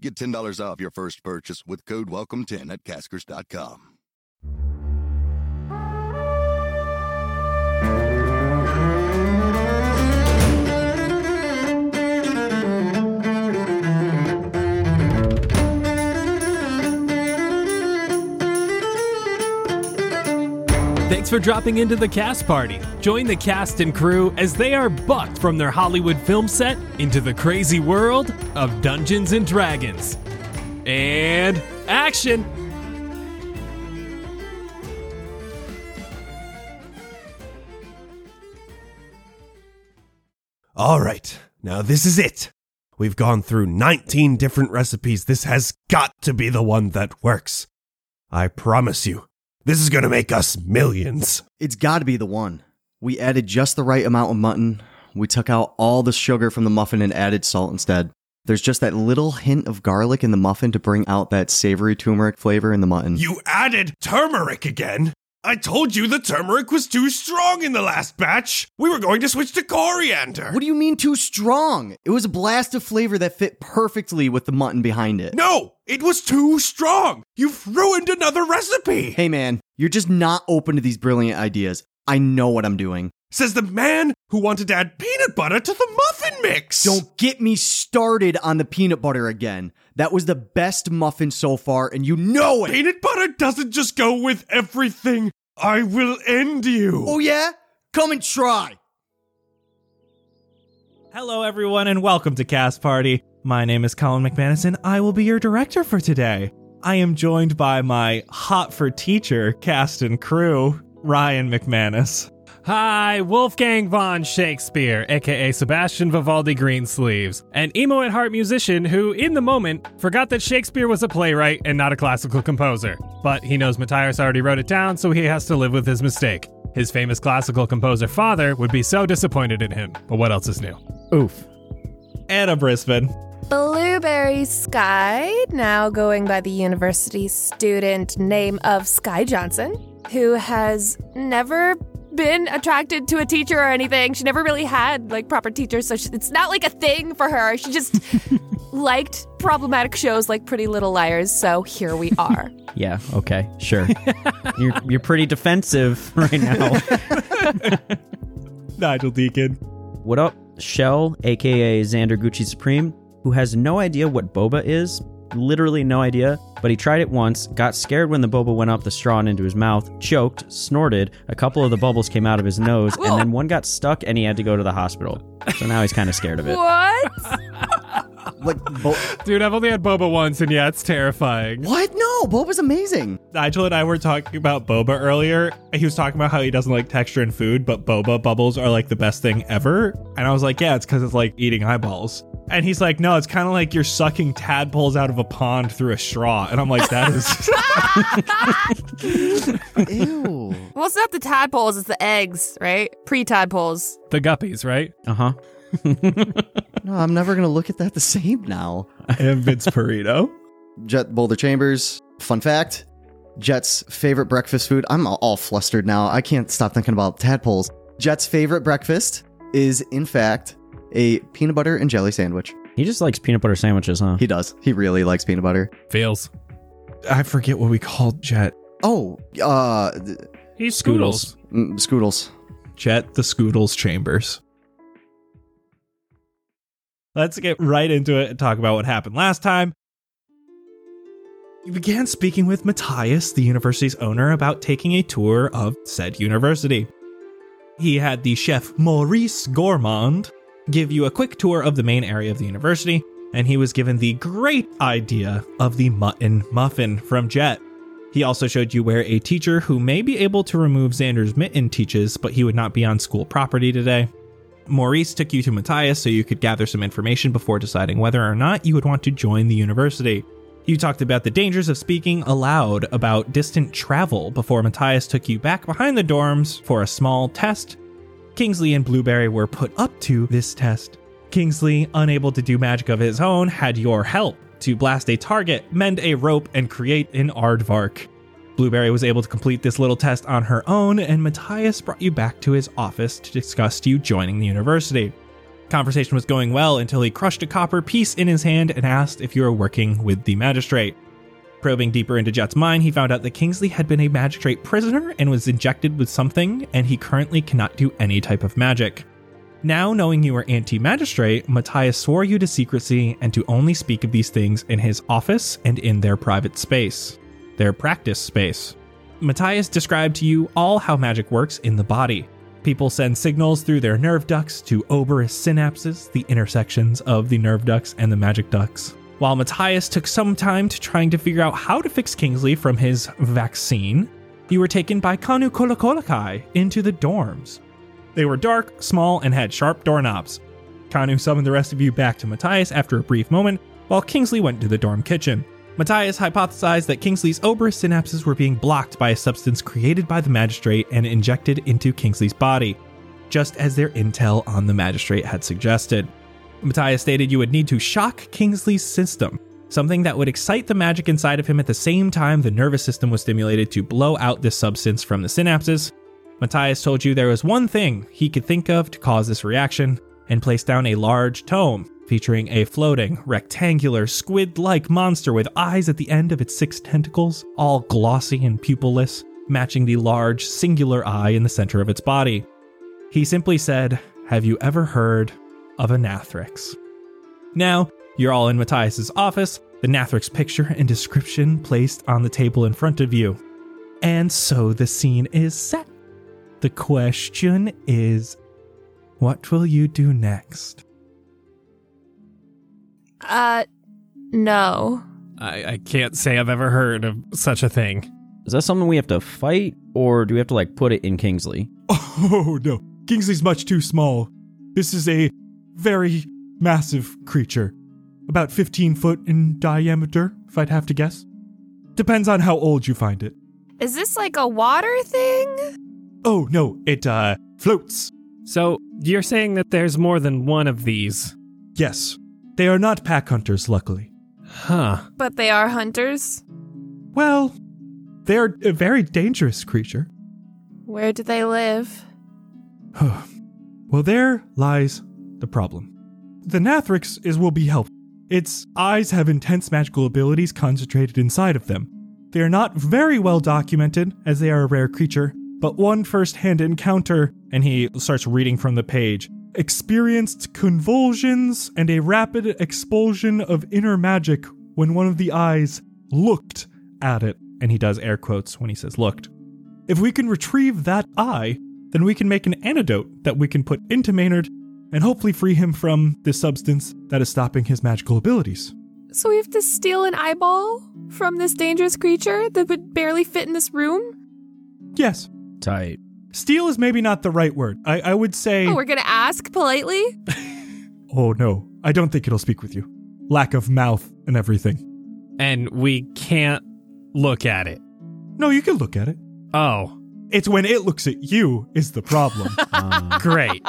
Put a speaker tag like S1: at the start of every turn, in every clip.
S1: Get $10 off your first purchase with code WELCOME10 at Caskers.com.
S2: Thanks for dropping into the cast party. Join the cast and crew as they are bucked from their Hollywood film set into the crazy world of Dungeons and Dragons. And action!
S3: All right, now this is it. We've gone through 19 different recipes. This has got to be the one that works. I promise you, this is going to make us millions.
S4: It's got to be the one. We added just the right amount of mutton. We took out all the sugar from the muffin and added salt instead. There's just that little hint of garlic in the muffin to bring out that savory turmeric flavor in the mutton.
S3: You added turmeric again? I told you the turmeric was too strong in the last batch. We were going to switch to coriander.
S4: what do you mean too strong? It was a blast of flavor that fit perfectly with the mutton behind it.
S3: no, it was too strong. You've ruined another recipe.
S4: Hey man, you're just not open to these brilliant ideas. I know what I'm doing.
S3: Says the man who wanted to add peanut butter to the muffin mix.
S4: Don't get me started on the peanut butter again. That was the best muffin so far, and you know it.
S3: Peanut butter doesn't just go with everything. I will end you.
S4: Oh, yeah? Come and try.
S5: Hello, everyone, and welcome to Cast Party. My name is Colin McManus, and I will be your director for today. I am joined by my hot for teacher cast and crew, Ryan McManus.
S2: Hi, Wolfgang von Shakespeare, aka Sebastian Vivaldi Greensleeves, an emo at heart musician who, in the moment, forgot that Shakespeare was a playwright and not a classical composer. But he knows Matthias already wrote it down, so he has to live with his mistake. His famous classical composer father would be so disappointed in him. But what else is new? Oof.
S5: Anna Brisbane.
S6: Blueberry Sky, now going by the university student name of Sky Johnson, who has never been attracted to a teacher or anything. She never really had like proper teachers, so she, it's not like a thing for her. She just liked problematic shows like Pretty Little Liars, so here we are.
S7: Yeah, okay, sure. you're, you're pretty defensive right now.
S5: Nigel Deacon.
S7: what up? Shell, aka Xander Gucci Supreme, who has no idea what boba is, literally no idea, but he tried it once, got scared when the boba went up the straw and into his mouth, choked, snorted, a couple of the bubbles came out of his nose, and then one got stuck and he had to go to the hospital. So now he's kind of scared of it.
S6: What?
S4: Like, bo-
S2: Dude, I've only had boba once, and yeah, it's terrifying.
S4: what? No, Boba's amazing.
S5: Nigel and I were talking about boba earlier. He was talking about how he doesn't like texture in food, but boba bubbles are like the best thing ever. And I was like, yeah, it's because it's like eating eyeballs. And he's like, no, it's kind of like you're sucking tadpoles out of a pond through a straw. And I'm like, that is.
S4: Ew.
S6: Well, it's not the tadpoles, it's the eggs, right? Pre tadpoles.
S2: The guppies, right?
S7: Uh huh.
S4: No, I'm never going to look at that the same now.
S5: and Vince Perito.
S4: Jet Boulder Chambers, fun fact Jet's favorite breakfast food. I'm all- all flustered now. I can't stop thinking about tadpoles. Jet's favorite breakfast is, in fact, a peanut butter and jelly sandwich.
S7: He just likes peanut butter sandwiches, huh?
S4: He does. He really likes peanut butter.
S2: Feels.
S5: I forget what we called Jet.
S4: Oh, uh, th-
S2: He's
S5: Scoodles.
S4: mm, Scoodles.
S5: Jet the Scoodles Chambers. Let's get right into it and talk about what happened last time. We began speaking with Matthias, the university's owner, about taking a tour of said university. He had the chef Maurice Gourmand give you a quick tour of the main area of the university, and he was given the great idea of the mutton muffin from Jet. He also showed you where a teacher who may be able to remove Xander's mitten teaches, but he would not be on school property today. Maurice took you to Matthias so you could gather some information before deciding whether or not you would want to join the university. You talked about the dangers of speaking aloud about distant travel before Matthias took you back behind the dorms for a small test. Kingsley and Blueberry were put up to this test. Kingsley, unable to do magic of his own, had your help to blast a target, mend a rope, and create an aardvark. Blueberry was able to complete this little test on her own, and Matthias brought you back to his office to discuss you joining the university. Conversation was going well until he crushed a copper piece in his hand and asked if you were working with the magistrate. Probing deeper into Jet's mind, he found out that Kingsley had been a magistrate prisoner and was injected with something, and he currently cannot do any type of magic. Now, knowing you were anti magistrate, Matthias swore you to secrecy and to only speak of these things in his office and in their private space, their practice space. Matthias described to you all how magic works in the body. People send signals through their nerve ducts to Oberus synapses, the intersections of the nerve ducts and the magic ducts. While Matthias took some time to trying to figure out how to fix Kingsley from his vaccine, you were taken by Kanu Kolokolokai into the dorms. They were dark, small, and had sharp doorknobs. Kanu summoned the rest of you back to Matthias after a brief moment, while Kingsley went to the dorm kitchen. Matthias hypothesized that Kingsley's Oberus synapses were being blocked by a substance created by the magistrate and injected into Kingsley's body, just as their intel on the magistrate had suggested. Matthias stated you would need to shock Kingsley's system, something that would excite the magic inside of him at the same time the nervous system was stimulated to blow out this substance from the synapses. Matthias told you there was one thing he could think of to cause this reaction and placed down a large tome featuring a floating, rectangular, squid like monster with eyes at the end of its six tentacles, all glossy and pupilless, matching the large, singular eye in the center of its body. He simply said, Have you ever heard of a Nathrix? Now, you're all in Matthias's office, the Nathrix picture and description placed on the table in front of you. And so the scene is set. The question is what will you do next?
S6: Uh, no.
S2: I, I can't say I've ever heard of such a thing.
S7: Is that something we have to fight, or do we have to like put it in Kingsley?
S8: Oh no, Kingsley's much too small. This is a very massive creature, about 15 foot in diameter, if I'd have to guess. Depends on how old you find it.
S6: Is this like a water thing?
S8: Oh no, it uh, floats.
S2: So you're saying that there's more than one of these?
S8: Yes, they are not pack hunters, luckily.
S2: Huh.
S6: But they are hunters.
S8: Well, they're a very dangerous creature.
S6: Where do they live?
S8: Well, there lies the problem. The Nathrix is will be helpful. Its eyes have intense magical abilities concentrated inside of them. They are not very well documented, as they are a rare creature, but one first hand encounter,
S5: And he starts reading from the page.
S8: experienced convulsions and a rapid expulsion of inner magic when one of the eyes looked at it.
S5: And he does air quotes when he says looked.
S8: If we can retrieve that eye, then we can make an antidote that we can put into Maynard and hopefully free him from this substance that is stopping his magical abilities.
S6: So we have to steal an eyeball from this dangerous creature that would barely fit in this room?
S8: Yes,
S7: Tight.
S8: steal is maybe not the right word. I, I would say.
S6: Oh, we're gonna ask politely?
S8: oh no, I don't think it'll speak with you. Lack of mouth and everything.
S2: And we can't look at it.
S8: No, you can look at it.
S2: Oh,
S8: It's when it looks at you is the problem.
S7: Uh,
S2: great.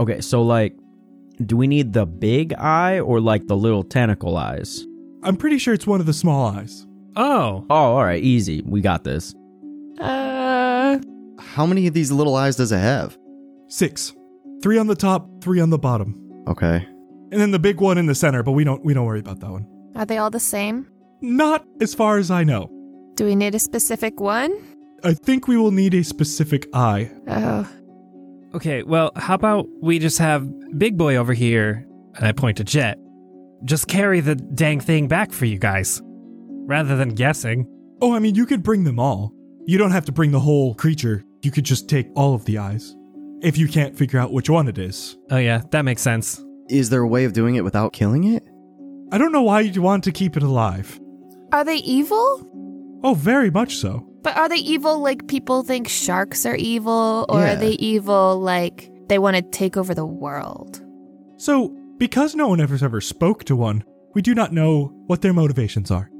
S7: okay, so like, do we need the big eye or like the little tentacle eyes?
S8: I'm pretty sure it's one of the small eyes.
S2: oh,
S7: Oh, all right, easy. We got this.
S6: Uh,
S4: How many of these little eyes does it have?
S8: Six. Three on the top, three on the bottom.
S4: Okay.
S8: And then the big one in the center, but we don't we don't worry about that one.
S6: are they all the same?
S8: Not as far as I know.
S6: Do we need a specific one?
S8: I think we will need a specific eye.
S6: Oh,
S2: okay. Well, how about we just have Big Boy over here, and I point to Jet. Just carry the dang thing back for you guys, rather than guessing.
S8: Oh, I mean, you could bring them all. You don't have to bring the whole creature. You could just take all of the eyes. If you can't figure out which one it is.
S2: Oh yeah, that makes sense.
S4: Is there a way of doing it without killing it?
S8: I don't know why you'd want to keep it alive.
S6: are they evil?
S8: Oh, very much so.
S6: But are they evil like people think sharks are evil, or
S4: Yeah.
S6: are they evil like they want to take over the world?
S8: So, because no one ever ever spoke to one,
S5: We do not know what their motivations are.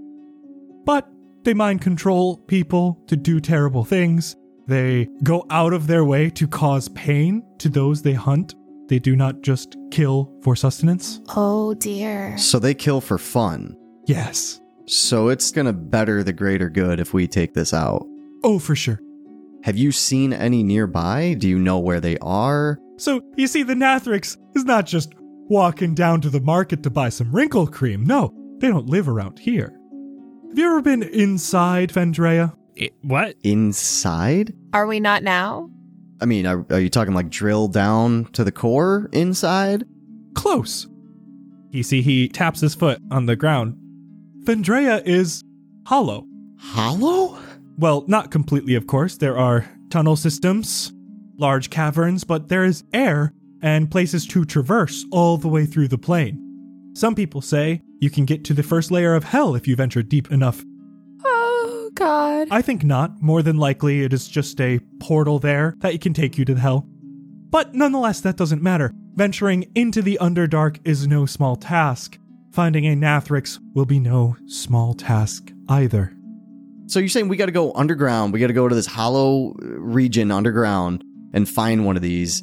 S5: But they mind control people to do terrible things. They go out of their way to cause pain to those they hunt. They do not just kill for sustenance.
S6: Oh dear.
S4: So they kill for fun.
S5: Yes.
S4: So it's going to better the greater good if we take this out.
S5: Oh, for sure.
S4: Have you seen any nearby? Do you know where they are?
S5: So you see, the Nathrix is not just walking down to the market to buy some wrinkle cream. No, they don't live around here. Have you ever been inside Vendrea?
S2: It, what?
S4: Inside?
S6: Are we not now?
S4: I mean, are, are you talking like drill down to the core inside?
S5: Close. You see, he taps his foot on the ground. Vendrea is hollow.
S4: Hollow?
S5: Well, not completely, of course. There are tunnel systems, large caverns, but there is air and places to traverse all the way through the plane. Some people say you can get to the first layer of hell if you venture deep enough.
S6: Oh god.
S5: I think not. More than likely, it is just a portal there that can take you to hell. But nonetheless, that doesn't matter. Venturing into the Underdark is no small task. Finding a Nathrix will be no small task either.
S4: So you're saying we got to go underground. We got to go to this hollow uh, region underground and find one of these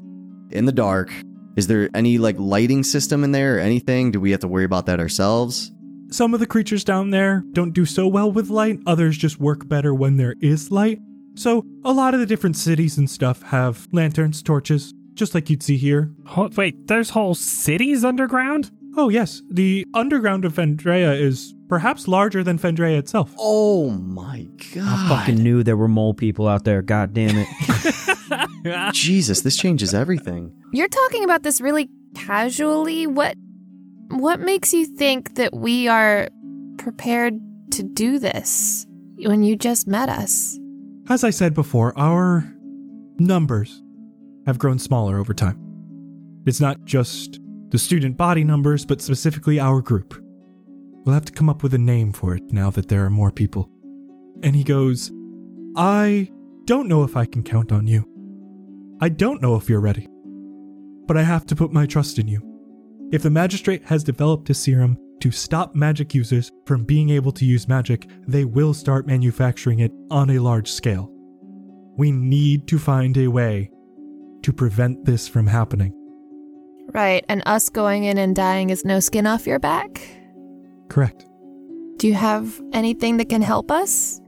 S4: in the dark. Is there any like lighting system in there or anything? Do we have to worry about that ourselves?
S5: Some of the creatures down there don't do so well with light, others just work better when there is light. So, a lot of the different cities and stuff have lanterns, torches, just like you'd see here.
S2: Ho- wait, there's whole cities underground?
S5: Oh, yes, the underground of Vendrea is perhaps larger than Vendrea itself.
S4: Oh my
S7: I
S4: god.
S7: fucking knew there were mole people out there. God damn it.
S4: Jesus, this changes everything.
S6: You're talking about this really casually. What what makes you think that we are prepared to do this when you just met us?
S5: As I said before, our numbers have grown smaller over time. It's not just the student body numbers, but specifically our group. We'll have to come up with a name for it now that there are more people. And he goes, I don't know if I can count on you. I don't know if you're ready. But I have to put my trust in you. If the magistrate has developed a serum to stop magic users from being able to use magic, they will start manufacturing it on a large scale. We need to find a way to prevent this from happening.
S6: Right, and us going in and dying is no skin off your back?
S5: Correct.
S6: Do you have anything that can help us?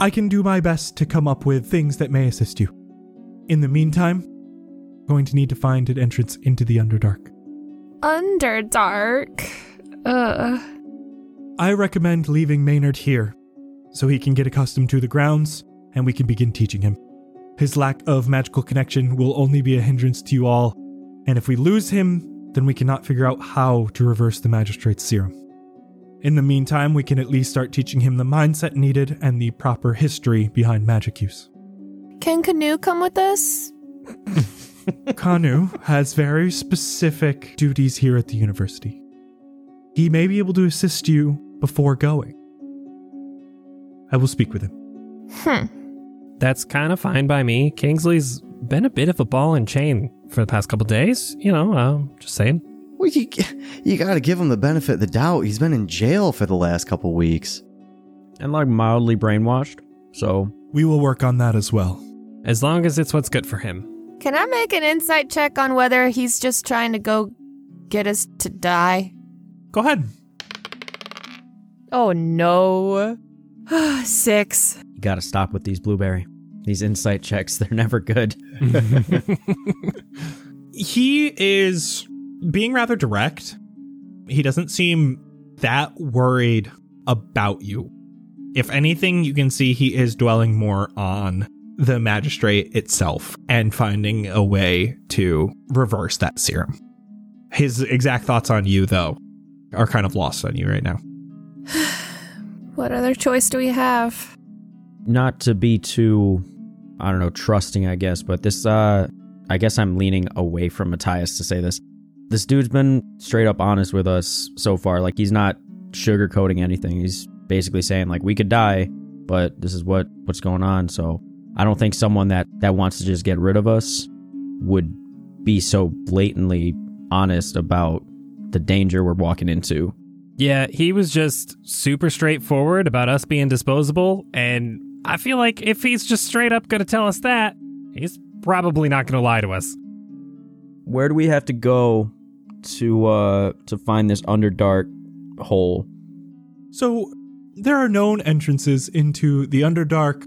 S5: I can do my best to come up with things that may assist you. In the meantime, going to need to find an entrance into the Underdark.
S6: Underdark. Ugh.
S5: I recommend leaving Maynard here so he can get accustomed to the grounds and we can begin teaching him. His lack of magical connection will only be a hindrance to you all, and if we lose him, then we cannot figure out how to reverse the magistrate's serum. In the meantime, we can at least start teaching him the mindset needed and the proper history behind magic use.
S6: Can Canoe come with us?
S5: Kanu has very specific duties here at the university. He may be able to assist you before going. I will speak with him.
S6: Hmm.
S2: That's kind of fine by me. Kingsley's been a bit of a ball and chain for the past couple days. You know, um, just saying.
S4: Well, you, you got to give him the benefit of the doubt. He's been in jail for the last couple weeks.
S7: and like mildly brainwashed. So
S5: We will work on that as well.
S2: As long as it's what's good for him.
S6: Can I make an insight check on whether he's just trying to go get us to die?
S5: Go ahead.
S6: Oh no. Six.
S7: you got to stop with these blueberry. These insight checks, they're never good.
S9: he is being rather direct. He doesn't seem that worried about you. If anything, you can see he is dwelling more on the magistrate itself and finding a way to reverse that serum. His exact thoughts on you, though, are kind of lost on you right now.
S6: What other choice do we have?
S7: Not to be too, I don't know, trusting, I guess, but this, uh, I guess I'm leaning away from Matthias to say this. This dude's been straight up honest with us so far. Like, he's not sugarcoating anything. He's basically saying, like, we could die, but this is what what's going on. So I don't think someone that, that wants to just get rid of us would be so blatantly honest about the danger we're walking into.
S2: Yeah, he was just super straightforward about us being disposable, and I feel like if he's just straight up gonna tell us that, he's probably not gonna lie to us.
S7: Where do we have to go to uh to find this underdark hole?
S8: So, there are known entrances into the Underdark,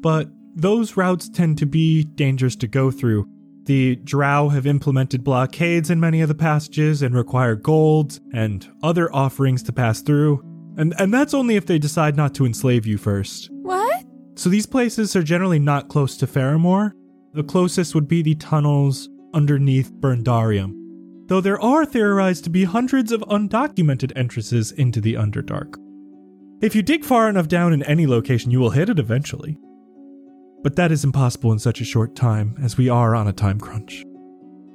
S8: but those routes tend to be dangerous to go through. The Drow have implemented blockades in many of the passages and require gold and other offerings to pass through, and, and that's only if they decide not to enslave you first.
S6: What?
S8: So, these places are generally not close to Faramore. The closest would be the tunnels underneath Burndarium, though there are theorized to be hundreds of undocumented entrances into the Underdark. If you dig far enough down in any location, you will hit it eventually. But that is impossible in such a short time, as we are on a time crunch.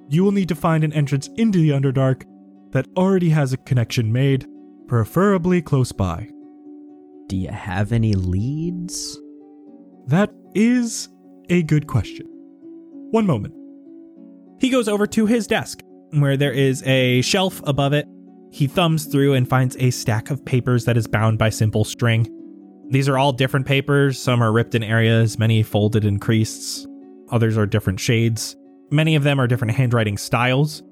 S8: You will need to find an entrance into the Underdark that already has a connection made, preferably close by.
S7: Do you have any leads?
S8: That is a good question. One moment.
S5: He goes over to his desk, where there is a shelf above it. He thumbs through and finds a stack of papers that is bound by simple string. These are all different papers. Some are ripped in areas, many folded in creases, others are different shades. Many of them are different handwriting styles.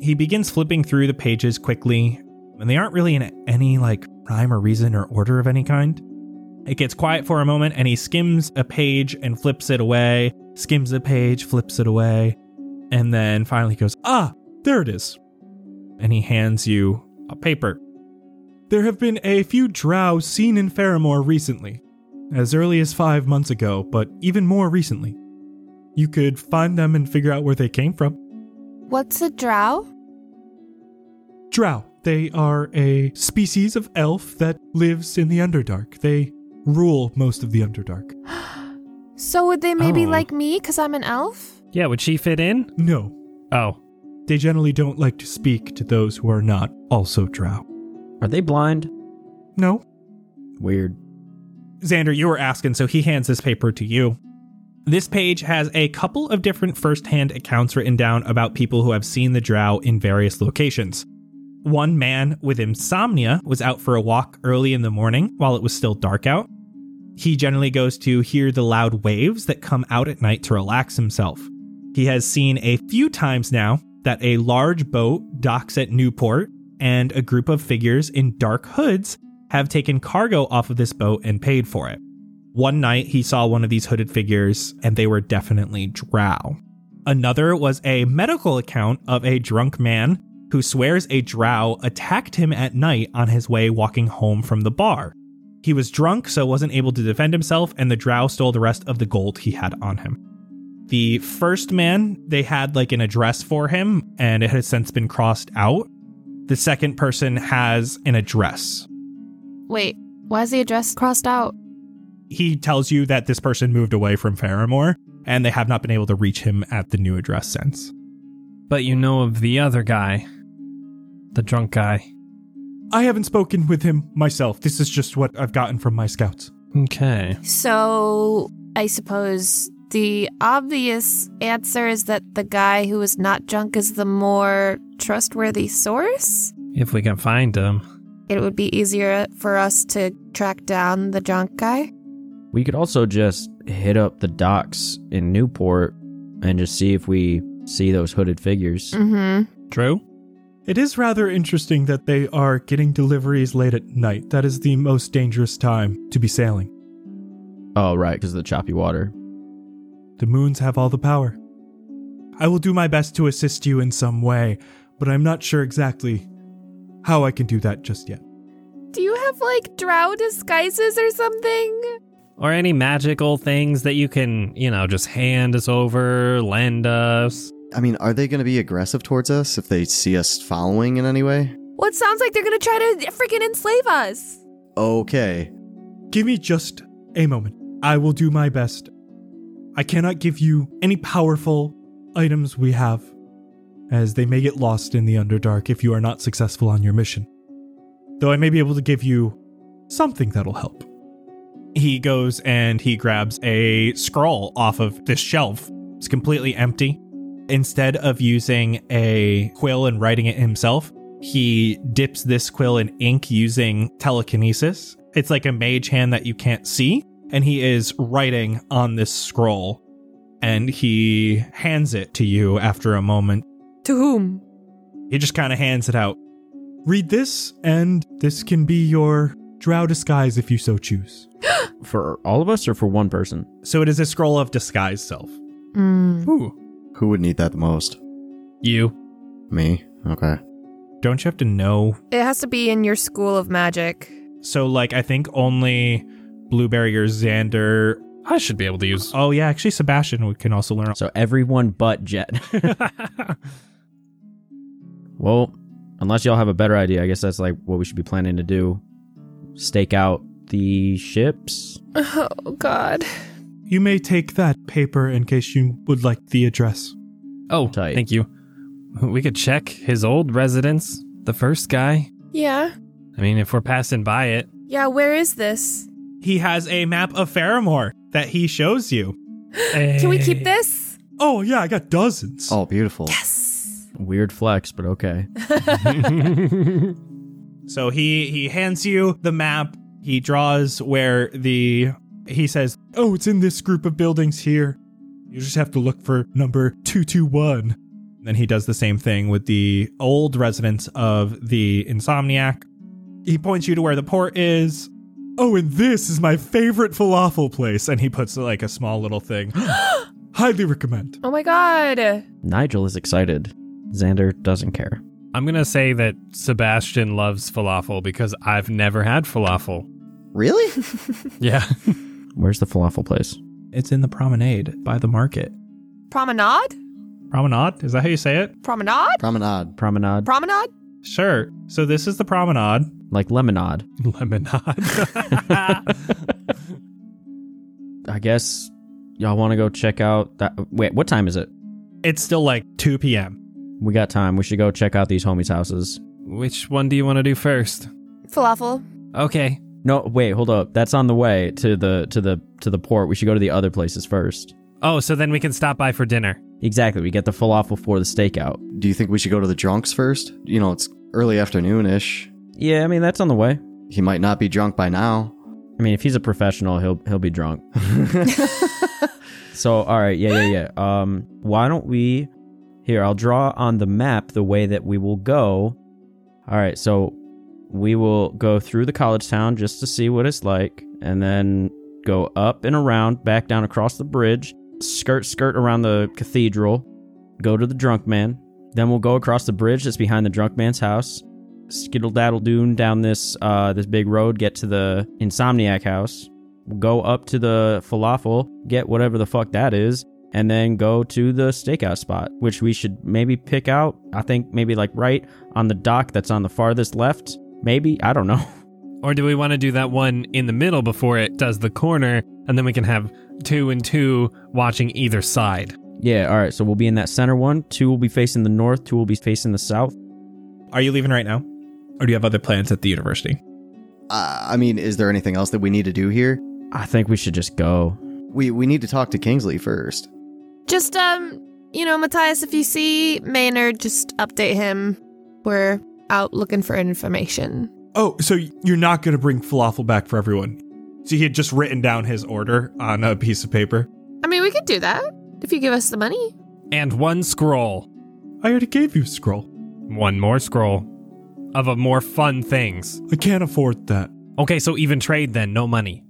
S5: He begins flipping through the pages quickly, and they aren't really in any like rhyme or reason or order of any kind. It gets quiet for a moment and he skims a page and flips it away, skims a page, flips it away, and then finally goes, Ah,
S8: There it is.
S5: and he hands you a paper.
S8: There have been a few drow seen in Faramore recently, as early as five months ago, but even more recently. You could find them and figure out where they came from.
S6: What's a drow?
S8: Drow. They are a species of elf that lives in the Underdark. They rule most of the Underdark.
S6: So would they maybe
S2: Oh.
S6: like me because I'm an elf?
S2: Yeah, would she fit in?
S8: No,
S2: Oh,
S8: they generally don't like to speak to those who are not also drow.
S7: Are they blind?
S8: No,
S7: Weird.
S5: Xander, you were asking, so he hands this paper to you. This page has a couple of different first-hand accounts written down about people who have seen the drow in various locations. One man with insomnia was out for a walk early in the morning while it was still dark out. He generally goes to hear the loud waves that come out at night to relax himself. He has seen a few times now that a large boat docks at Newport and a group of figures in dark hoods have taken cargo off of this boat and paid for it. One night, he saw one of these hooded figures, and they were definitely drow. Another was a medical account of a drunk man who swears a drow attacked him at night on his way walking home from the bar. He was drunk, so wasn't able to defend himself, and the drow stole the rest of the gold he had on him. The first man, they had like an address for him, and it has since been crossed out. The second person has an address.
S6: Wait, why is the address crossed out?
S5: he tells you that this person moved away from Faramore and they have not been able to reach him at the new address since.
S2: but you know of the other guy, the drunk guy.
S8: I haven't spoken with him myself. This is just what I've gotten from my scouts.
S2: Okay.
S6: So I suppose the obvious answer is that the guy who is not drunk is the more trustworthy source.
S2: If we can find him.
S6: It would be easier for us to track down the drunk guy.
S7: We could also just hit up the docks in Newport and just see if we see those hooded figures.
S6: Mm hmm.
S2: True?
S8: It is rather interesting that they are getting deliveries late at night. That is the most dangerous time to be sailing.
S7: Oh, right, because of the choppy water.
S8: The moons have all the power. I will do my best to assist you in some way, but I'm not sure exactly how I can do that just yet.
S6: Do you have like drow disguises or something?
S2: Or any magical things that you can, you know, just hand us over, lend
S7: uh,
S2: us.
S4: I mean, are they going to be aggressive towards us if they see us following in any way?
S6: Well, it sounds like they're gonna try to freaking enslave us.
S4: Okay.
S8: Give me just a moment. I will do my best. I cannot give you any powerful items we have, as they may get lost in the Underdark if you are not successful on your mission. Though I may be able to give you something that'll help.
S5: He goes and he grabs a scroll off of this shelf. It's completely empty. Instead of using a quill and writing it himself, He dips this quill in ink using telekinesis. It's like a mage hand that you can't see. And he is writing on this scroll. And he hands it to you after a moment.
S6: To whom?
S5: He just kind of hands it out. Read this, and this can be your drow disguise if you so choose.
S7: For all of us or for one person?
S5: So it is a scroll of disguise self.
S6: Mm.
S5: Ooh.
S4: Who would need that the most?
S5: You.
S4: Me. Okay.
S5: Don't you have to know
S6: It has to be in your school of magic.
S5: So, like, I think only Blueberry or Xander.
S2: I should be able to use.
S5: Oh, yeah, actually, Sebastian we can also learn.
S7: So everyone but Jet. well, unless y'all have a better idea, I guess that's like what we should be planning to do. Stake out the ships.
S6: Oh, God.
S5: You may take that paper in case you would like the address.
S2: Oh,
S7: Tight.
S2: thank you. We could check his old residence, the first guy.
S6: Yeah.
S2: I mean, if we're passing by it,
S6: Yeah, where is this?
S5: He has a map of Faramore that he shows you.
S6: Can we keep this?
S5: Oh, yeah, I got dozens.
S4: Oh, beautiful.
S6: Yes.
S7: Weird flex, but okay.
S5: So he he hands you the map. He draws where the he says, "Oh, it's in this group of buildings here. You just have to look for number 221." Then he does the same thing with the old residents of the Insomniac. He points you to where the port is. Oh, and this is my favorite falafel place. And he puts like a small little thing. Highly recommend.
S6: Oh, my God.
S7: Nigel is excited. Xander doesn't care.
S2: I'm gonna say that Sebastian loves falafel because I've never had falafel.
S4: Really?
S2: Yeah.
S7: Where's the falafel place?
S5: It's in the promenade by the market.
S6: Promenade?
S5: Promenade? Is that how you say it?
S6: Promenade?
S4: Promenade.
S7: Promenade?
S6: Promenade?
S5: Sure. So this is the promenade.
S7: like lemonade.
S2: Lemonade.
S7: I guess y'all want to go check out that. Wait, what time is it?
S5: It's still like 2 p.m.
S7: We got time. We should go check out these homies' houses.
S2: Which one do you want to do first?
S6: Falafel.
S2: Okay.
S7: No, wait, hold up. That's on the way to the to the to the port. We should go to the other places first.
S2: Oh, so then we can stop by for dinner.
S7: Exactly. We get the falafel for the stakeout.
S4: Do you think we should go to the drunks first? You know, it's early afternoon ish.
S7: Yeah, I mean that's on the way.
S4: He might not be drunk by now.
S7: I mean, if he's a professional, he'll he'll be drunk. so, all right, yeah, yeah, yeah. Um, why don't we? Here, I'll draw on the map the way that we will go. All right, so we will go through the college town just to see what it's like, and then go up and around, back down across the bridge, skirt skirt around the cathedral, go to the drunk man. Then we'll go across the bridge that's behind the drunk man's house skittle daddle doon down this uh, this big road, get to the insomniac house, go up to the falafel, get whatever the fuck that is, and then go to the stakeout spot, which we should maybe pick out. I think maybe like right on the dock that's on the farthest left. Maybe I don't know.
S2: Or do we want to do that one in the middle before it does the corner, and then we can have two and two watching either side?
S7: yeah, all right. So we'll be in that center one. Two will be facing the north. Two will be facing the south.
S5: Are you leaving right now? Or do you have other plans at the university?
S4: Uh, I mean, is there anything else that we need to do here?
S7: I think we should just go.
S4: We we need to talk to Kingsley first.
S6: Just, um, you know, Matthias, if you see Maynard, just update him. We're out looking for information.
S5: Oh, so you're not going to bring falafel back for everyone. So he had just written down his order on a piece of paper.
S6: I mean, we could do that if you give us the money.
S2: And one scroll.
S5: I already gave you a scroll.
S2: One more scroll of a more fun things.
S5: I can't afford that.
S2: Okay, so even trade then, no money.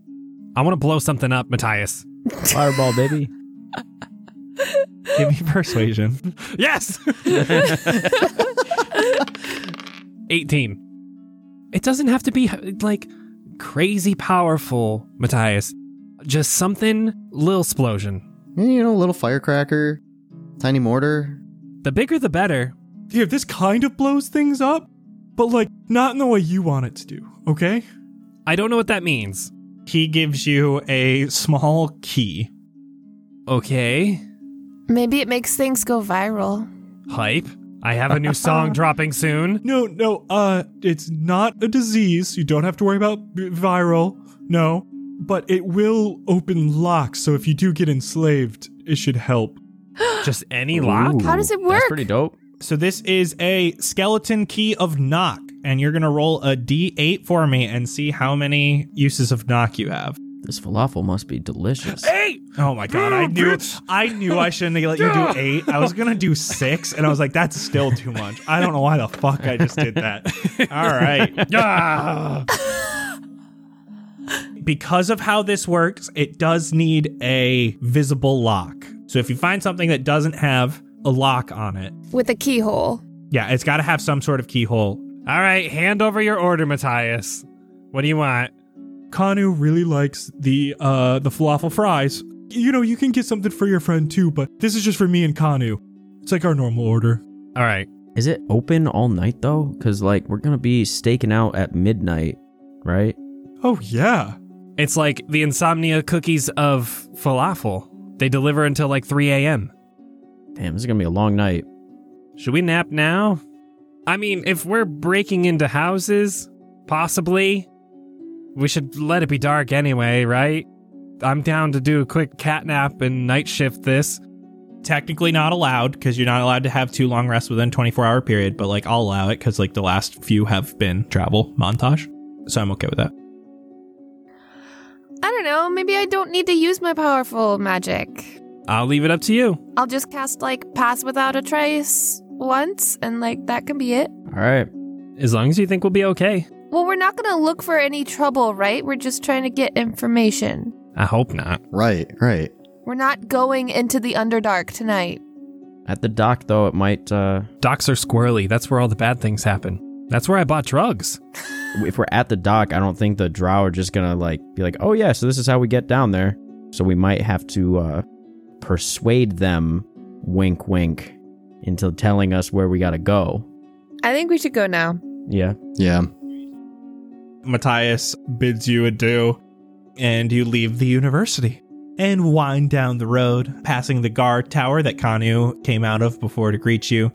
S2: I want to blow something up, Matthias.
S7: Fireball, baby.
S5: Give me persuasion.
S2: Yes! 18. It doesn't have to be like crazy powerful, Matthias. Just something, little explosion.
S4: Eh, You know, a little firecracker, tiny mortar.
S2: The bigger the better.
S5: Here, this kind of blows things up, but like not in the way you want it to do, okay?
S2: I don't know what that means.
S5: He gives you a small key.
S2: Okay.
S6: Maybe it makes things go viral.
S2: Hype. I have a new song dropping soon.
S5: No, no, uh, it's not a disease. You don't have to worry about b- viral. No. But it will open locks, so if you do get enslaved, it should help.
S2: Just any lock?
S6: How does it work?
S7: That's pretty dope.
S5: So this is a skeleton key of knock, and you're gonna roll a d8 for me and see how many uses of knock you have.
S7: This falafel must be delicious.
S5: Oh my god, I knew I knew I shouldn't have let you do eight. I was gonna do six, and I was like, that's still too much. I don't know why the fuck I just did that. All right. Ah. Because of how this works, it does need a visible lock. So if you find something that doesn't have a lock on it,
S6: with a keyhole.
S5: yeah, it's gotta have some sort of keyhole.
S2: All right, hand over your order, Matthias. What do you want?
S8: Kanu really likes the uh the falafel fries. You know, you can get something for your friend too, but this is just for me and Kanu. It's like our normal order.
S2: All right.
S7: Is it open all night though? Because like we're gonna be staking out at midnight, right?
S8: Oh yeah.
S2: It's like the insomnia cookies of falafel. They deliver until like 3 a.m.
S7: Damn, this is gonna be a long night.
S2: Should we nap now? I mean, if we're breaking into houses, possibly, we should let it be dark anyway, right? I'm down to do a quick cat nap and night shift this.
S5: technically not allowed because you're not allowed to have two long rests within a 24 hour period but like i'll allow it because like the last few have been travel montage so i'm okay with that
S6: I don't know. Maybe I don't need to use my powerful magic.
S2: I'll leave it up to you.
S6: I'll just cast like pass without a trace once, and like that can be it.
S7: All right.
S2: As long as you think we'll be okay.
S6: Well, we're not gonna look for any trouble, right? We're just trying to get information.
S2: I hope not.
S4: Right, right.
S6: We're not going into the Underdark tonight.
S7: At the dock though, it might. uh
S2: Docks are squirrely. That's where all the bad things happen. That's where I bought drugs.
S7: If we're at the dock, I don't think the drow are just gonna like be like, oh yeah, so this is how we get down there. So we might have to uh persuade them, wink wink, into telling us where we gotta go.
S6: I think we should go now.
S7: Yeah.
S4: Yeah.
S5: matthias bids you adieu and you leave the university and wind down the road passing the guard tower that kanu came out of before to greet you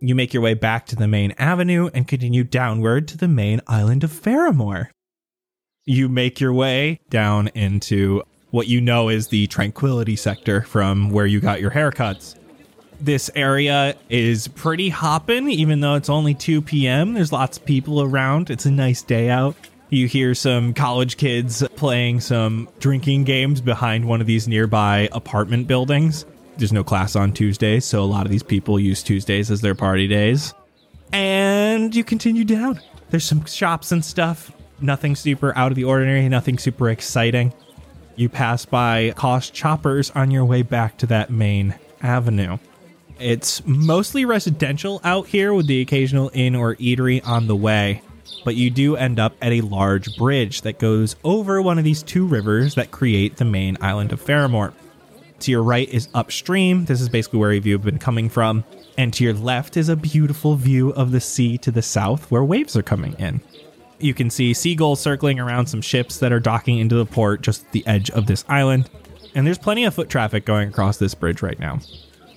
S5: you make your way back to the main avenue and continue downward to the main island of Faramore. You make your way down into what you know is the tranquility sector from where you got your haircuts. This area is pretty hoppin', even though it's only 2 p.m. There's lots of people around. It's a nice day out. You hear some college kids playing some drinking games behind one of these nearby apartment buildings. There's no class on Tuesdays, so a lot of these people use Tuesdays as their party days and you continue down. There's some shops and stuff. Nothing super out of the ordinary, nothing super exciting. You pass by Cost Choppers on your way back to that main avenue. It's mostly residential out here with the occasional inn or eatery on the way, but you do end up at a large bridge that goes over one of these two rivers that create the main island of Faramore. To your right is upstream. This is basically where you've been coming from. And to your left is a beautiful view of the sea to the south where waves are coming in. You can see seagulls circling around some ships that are docking into the port just at the edge of this island. And there's plenty of foot traffic going across this bridge right now.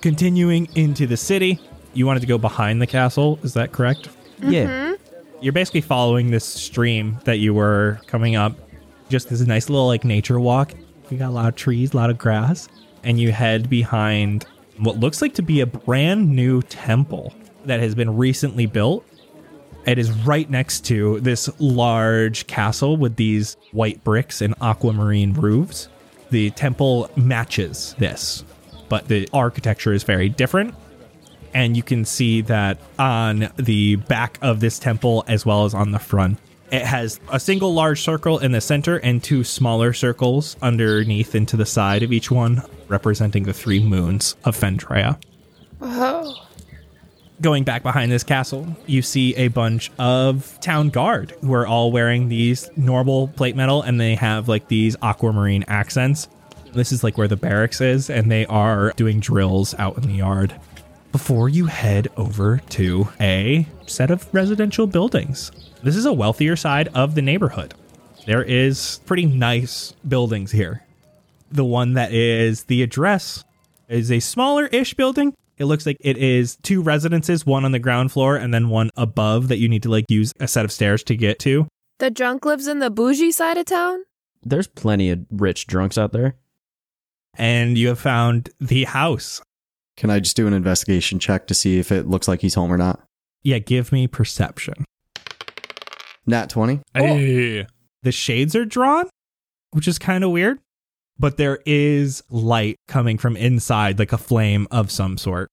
S5: Continuing into the city, you wanted to go behind the castle, is that correct?
S7: Yeah.
S5: Mm-hmm. You're basically following this stream that you were coming up. Just this nice little like nature walk. You got a lot of trees, a lot of grass, and you head behind what looks like to be a brand new temple that has been recently built. It is right next to this large castle with these white bricks and aquamarine roofs. The temple matches this, but the architecture is very different and you can see that on the back of this temple as well as on the front. It has a single large circle in the center and two smaller circles underneath and to the side of each one, representing the three moons of Fendrea.
S6: Oh,
S5: Going back behind this castle, you see a bunch of town guard who are all wearing these normal plate metal and they have like these aquamarine accents. This is like where the barracks is, and they are doing drills out in the yard before you head over to a set of residential buildings. This is a wealthier side of the neighborhood. There is pretty nice buildings here. The one that is the address is a smaller-ish building. It looks like it is two residences, one on the ground floor and then one above that you need to like use a set of stairs to get to.
S6: the drunk lives in the bougie side of town.
S7: There's plenty of rich drunks out there.
S5: And you have found the house.
S4: Can I just do an investigation check to see if it looks like he's home or not?
S5: Yeah, give me perception.
S4: Nat 20.
S5: Hey. The shades are drawn, which is kind of weird, but there is light coming from inside, like a flame of some sort.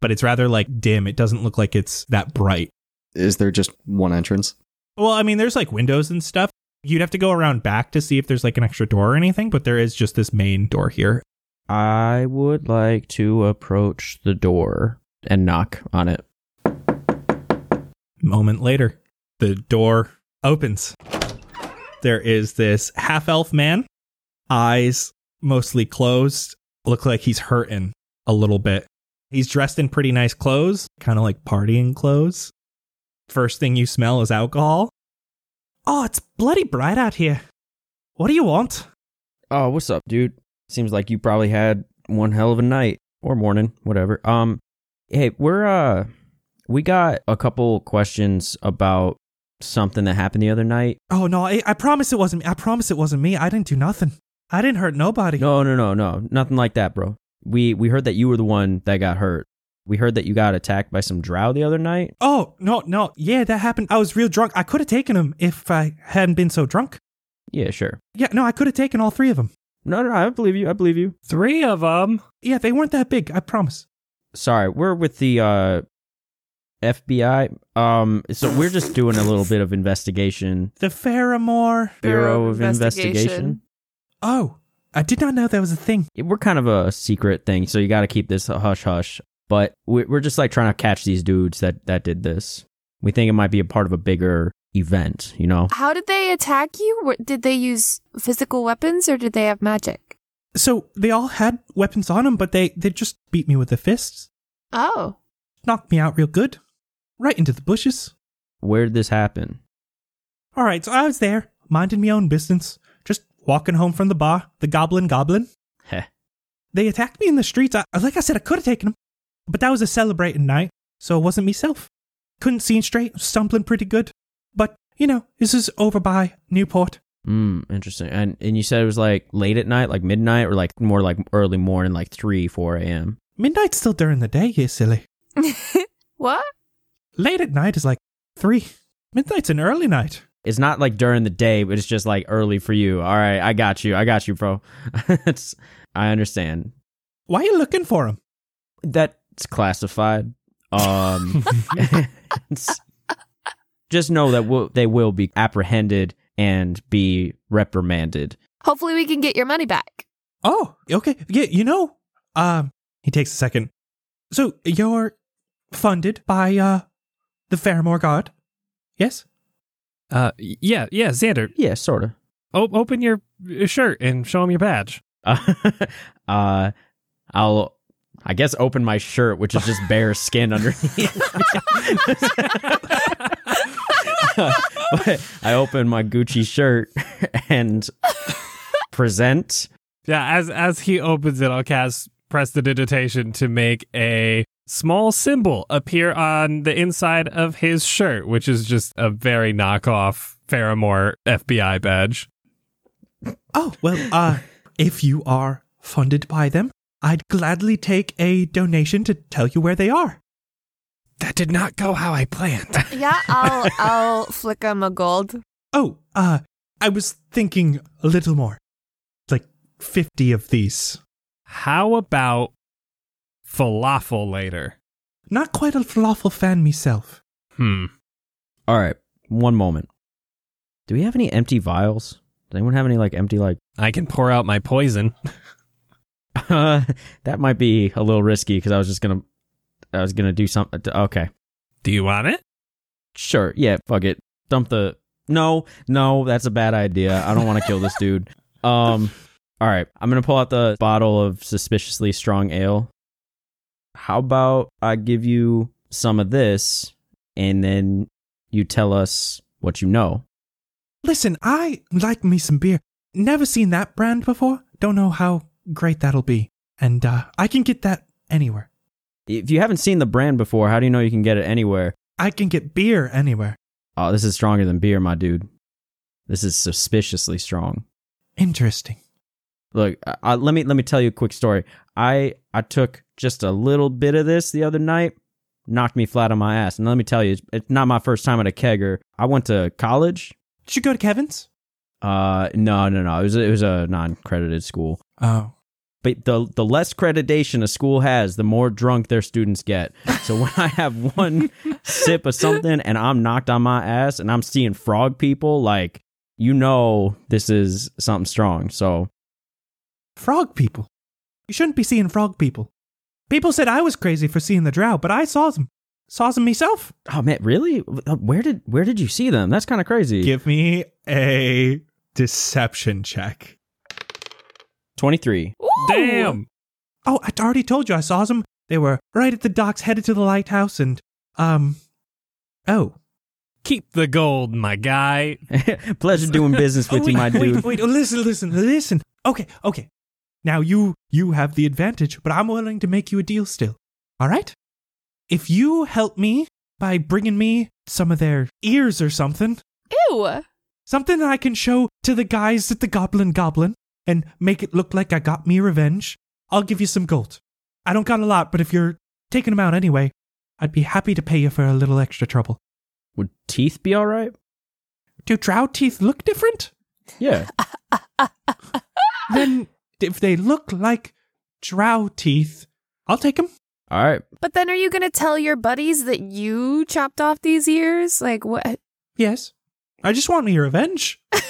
S5: But it's rather like dim. It doesn't look like it's that bright.
S4: Is there just one entrance?
S5: Well, I mean, there's like windows and stuff. You'd have to go around back to see if there's like an extra door or anything, but there is just this main door here.
S7: I would like to approach the door and knock on it.
S5: Moment later, the door opens. There is this half elf man, eyes mostly closed, look like he's hurting a little bit. He's dressed in pretty nice clothes, kind of like partying clothes. First thing you smell is alcohol. Oh, it's bloody bright out here. What do you want?
S7: Oh, what's up, dude? Seems like you probably had one hell of a night or morning, whatever. Um hey, we're uh we got a couple questions about something that happened the other night.
S8: Oh no, I, I promise it wasn't me. I promise it wasn't me. I didn't do nothing. I didn't hurt nobody.
S7: No, no, no, no. Nothing like that, bro. We we heard that you were the one that got hurt. We heard that you got attacked by some drow the other night.
S8: Oh no, no, yeah, that happened. I was real drunk. I could have taken him if I hadn't been so drunk.
S7: Yeah, sure.
S8: Yeah, no, I could have taken all three of them.
S7: No, no, I believe you. I believe you.
S2: Three of them.
S8: Um, Yeah, they weren't that big. I promise.
S7: Sorry, we're with the uh FBI. Um so we're just doing a little bit of investigation.
S8: The Faramore.
S7: Bureau of Investigation.
S8: Oh, I did not know that was a thing.
S7: Yeah, We're kind of a secret thing, so you got to keep this a hush hush. But we- we're just like trying to catch these dudes that that did this. We think it might be a part of a bigger event, you know.
S6: How did they attack you? Were- Did they use physical weapons or did they have magic?
S8: So they all had weapons on them, but they they just beat me with the fists,
S6: Oh,
S8: knocked me out real good, right into the bushes.
S7: Where did this happen?
S8: All right, so I was there, minding my own business, just walking home from the bar. The goblin, goblin.
S7: Heh.
S8: They attacked me in the streets. I, like I said, I could have taken them, but that was a celebrating night, so it wasn't myself. Couldn't see straight, stumbling pretty good. But you know, this is over by Newport.
S7: Hmm, interesting. And and you said it was like late at night, like midnight, or like more like early morning, like three, four a.m.
S8: Midnight's still during the day, you silly.
S6: what?
S8: Late at night is like three. Midnight's an early night.
S7: It's not like during the day, but it's just like early for you. All right, I got you. I got you, bro. it's, I understand.
S8: Why are you looking for him?
S7: that's classified. Um, it's- just know that we'll, they will be apprehended and be reprimanded.
S6: Hopefully, we can get your money back.
S8: Oh, okay. Yeah, you know, um, he takes a second. So you're funded by uh the Faramore Guard, yes?
S2: Uh, y- yeah, yeah, Xander,
S7: Yeah, sort of.
S2: o- open your uh, shirt and show him your badge.
S7: Uh, uh, I'll, I guess, open my shirt, which is just bare skin underneath. But I open my Gucci shirt and present.
S2: Yeah, as as he opens it, I'll cast prestidigitation to make a small symbol appear on the inside of his shirt, which is just a very knockoff Faramore FBI badge.
S8: Oh, well, uh if you are funded by them, I'd gladly take a donation to tell you where they are.
S2: That did not go how I planned.
S6: Yeah, I'll I'll flick him a gold.
S8: Oh, uh I was thinking a little more. Like 50 of these.
S2: How about falafel later?
S8: Not quite a falafel fan myself.
S2: Hmm.
S7: All right, one moment. Do we have any empty vials? Does anyone have any like empty like?
S2: I can pour out my poison.
S7: Uh, that might be a little risky because I was just gonna, I was gonna do something. Okay,
S2: Do you want it?
S7: sure, yeah, fuck it, dump the. No, no, that's a bad idea. I don't want to kill this dude. Um, all right, I'm gonna pull out the bottle of suspiciously strong ale. How about I give you some of this, and then you tell us what you know.
S8: Listen, I like me some beer. Never seen that brand before. Don't know how great that'll be. And uh, I can get that anywhere.
S7: If you haven't seen the brand before, how do you know you can get it anywhere?
S8: I can get beer anywhere.
S7: Oh, this is stronger than beer, my dude. This is suspiciously strong.
S8: Interesting.
S7: Look, I, I, let me let me tell you a quick story. I I took just a little bit of this the other night knocked me flat on my ass. And let me tell you, it's- it's not my first time at a kegger. I went to college.
S5: Did you go to Kevin's?
S7: Uh, no, no, no. It was it was a non-credited school.
S5: Oh.
S7: But the the less creditation a school has, the more drunk their students get. So when I have one sip of something and I'm knocked on my ass and I'm seeing frog people, like you know this is something strong. So
S5: Frog people. You shouldn't be seeing frog people. People said I was crazy for seeing the drow, but I saw them. Saw them myself.
S7: oh man, really? Where did where did you see them? That's kind of crazy.
S8: Give me a deception check.
S7: Twenty three.
S6: Ooh.
S2: Damn.
S5: Oh, I already told you I saw them. They were right at the docks headed to the lighthouse and um oh.
S2: Keep the gold, my guy.
S7: Pleasure doing business with
S5: oh,
S7: you,
S5: wait,
S7: my
S5: wait,
S7: dude.
S5: Wait, oh, listen, listen, listen. Okay, okay. Now you you have the advantage, but I'm willing to make you a deal still. All right? If you help me by bringing me some of their ears or something,
S6: Ew.
S5: something that I can show to the guys at the Goblin Goblin and make it look like I got me revenge, I'll give you some gold. I don't got a lot, but if you're taking them out anyway, I'd be happy to pay you for a little extra trouble.
S7: Would teeth be all right?
S5: Do drow teeth look different?
S7: Yeah.
S5: then if they look like drow teeth, I'll take them.
S7: All right.
S6: But then are you going to tell your buddies that you chopped off these ears? Like, what?
S5: Yes. I just want me revenge.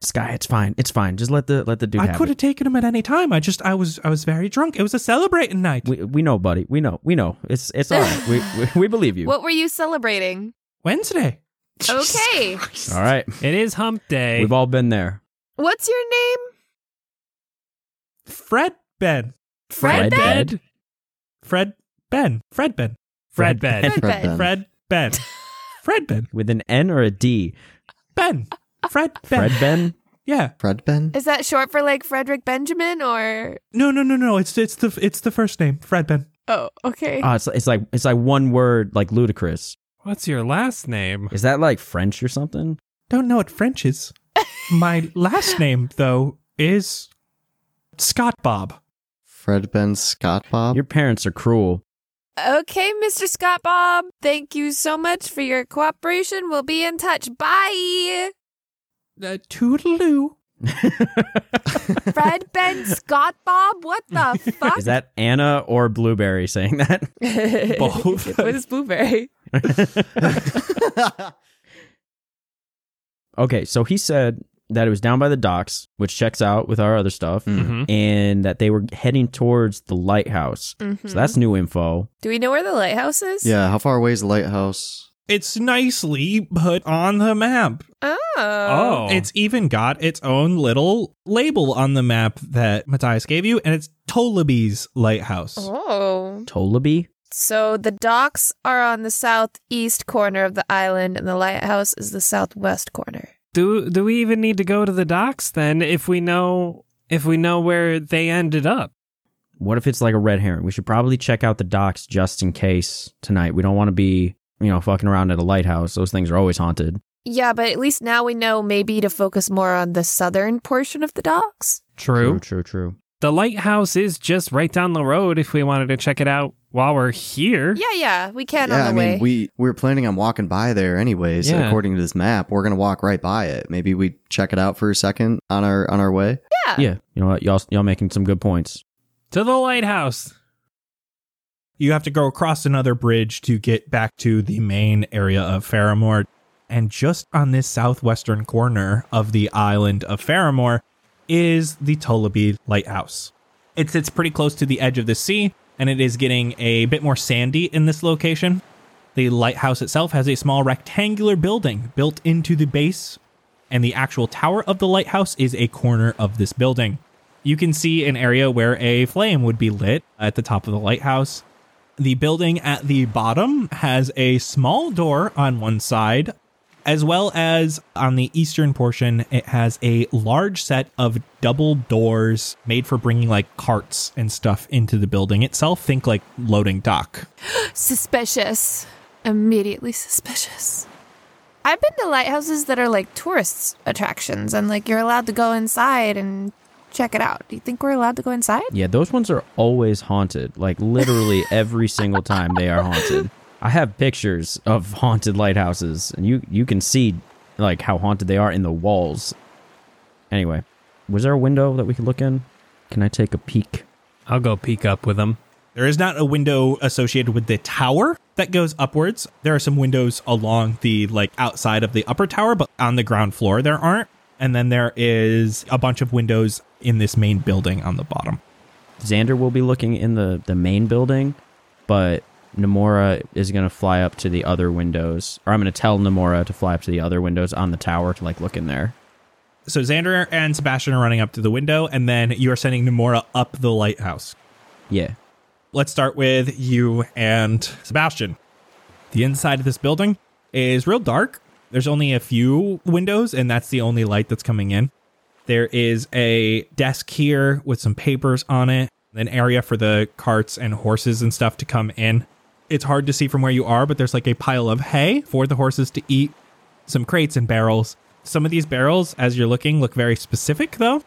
S7: Sky, it's fine. It's fine. Just let the let the dude.
S5: I
S7: have
S5: could
S7: it.
S5: have taken them at any time. I just I was I was very drunk. It was a celebrating night.
S7: We, we know, buddy. We know. We know. It's it's all right. we, we we believe you.
S6: What were you celebrating?
S5: Wednesday.
S6: Okay.
S7: All right.
S2: It is hump day.
S7: We've all been there.
S6: What's your name?
S5: Fred Ben.
S6: Fred
S7: Fred Bed.
S5: Fred Ben. Fred Ben.
S2: Fred bed.
S6: Fred bed.
S4: Fred Ben.
S5: Fred Ben. Fred Ben.
S7: With an N or a D.
S5: Ben. Fred Ben.
S7: Fred Ben.
S5: Yeah.
S4: Fred Ben?
S6: Uh, Is that short for like Frederick Benjamin or?
S5: No, no, no, no. It's it's the it's the first name. Fred Ben.
S6: Oh, okay.
S7: Oh, it's it's like it's like one word, like ludicrous.
S2: What's your last name?
S7: Is that like French or something?
S5: Don't know what French is. My last name though is Scott Bob.
S4: Fred Ben Scott Bob?
S7: Your parents are cruel.
S6: okay, Mr. Scott Bob. Thank you so much for your cooperation. We'll be in touch. Bye.
S5: Uh, toodaloo.
S6: Fred Ben Scott Bob. What the fuck?
S7: Is that Anna or Blueberry saying that?
S5: Both.
S6: what is blueberry?
S7: Okay, so he said that it was down by the docks, which checks out with our other stuff,
S4: Mm-hmm.
S2: Mhm.
S7: and that they were heading towards the lighthouse.
S6: Mhm.
S7: So that's new info.
S6: Do we know where the lighthouse is?
S4: yeah, how far away is the lighthouse?
S8: It's nicely put on the map.
S6: Oh.
S2: Oh,
S8: It's even got its own little label on the map that Matthias gave you, and it's Tolaby's Lighthouse.
S6: Oh.
S7: Toleby?
S6: So the docks are on the southeast corner of the island, and the lighthouse is the southwest corner.
S2: do do we even need to go to the docks then? If we know if we know where they ended up,
S7: What if it's like a red herring? We should probably check out the docks just in case tonight. We don't want to be, you know, fucking around at a lighthouse. Those things are always haunted.
S6: Yeah, but at least now we know maybe to focus more on the southern portion of the docks.
S2: true.
S7: true, true.
S2: The lighthouse is just right down the road. If we wanted to check it out while we're here,
S6: Yeah, yeah, we can
S4: yeah,
S6: on the
S4: I mean,
S6: way.
S4: we we were planning on walking by there anyways.
S2: Yeah.
S4: According to this map, we're gonna walk right by it. Maybe we check it out for a second on our on our way.
S6: Yeah.
S7: Yeah, you know what? Y'all, y'all making some good points.
S2: to the lighthouse.
S8: You have to go across another bridge to get back to the main area of Faramore. And just on this southwestern corner of the island of Faramore is the Toleby Lighthouse. It sits pretty close to the edge of the sea, and it is getting a bit more sandy in this location. The lighthouse itself has a small rectangular building built into the base, and the actual tower of the lighthouse is a corner of this building. You can see an area where a flame would be lit at the top of the lighthouse. The building at the bottom has a small door on one side, as well as on the eastern portion, it has a large set of double doors made for bringing like carts and stuff into the building itself. Think like loading dock.
S6: Suspicious. Immediately suspicious. I've been to lighthouses that are like tourists attractions and like you're allowed to go inside and check it out. Do you think we're allowed to go inside?
S7: Yeah, those ones are always haunted. Like literally every single time they are haunted. I have pictures of haunted lighthouses, and you you can see like how haunted they are in the walls. Anyway, was there a window that we could look in? Can I take a peek?
S2: I'll go peek up with them.
S5: There is not a window associated with the tower that goes upwards. There are some windows along the like outside of the upper tower, but on the ground floor there aren't. And then there is a bunch of windows in this main building on the bottom.
S7: Xander will be looking in the the main building, but Namora is gonna fly up to the other windows, or I'm gonna tell Namora to fly up to the other windows on the tower to like look in there.
S5: So Xander and Sebastian are running up to the window, and then you are sending Namora up the lighthouse.
S7: Yeah,
S5: Let's start with you and Sebastian. The inside of this building is real dark. There's only a few windows, and that's the only light that's coming in. There is a desk here with some papers on it, an area for the carts and horses and stuff to come in. It's hard to see from where you are, but there's like a pile of hay for the horses to eat, some crates and barrels. Some of these barrels, as you're looking, look very specific though.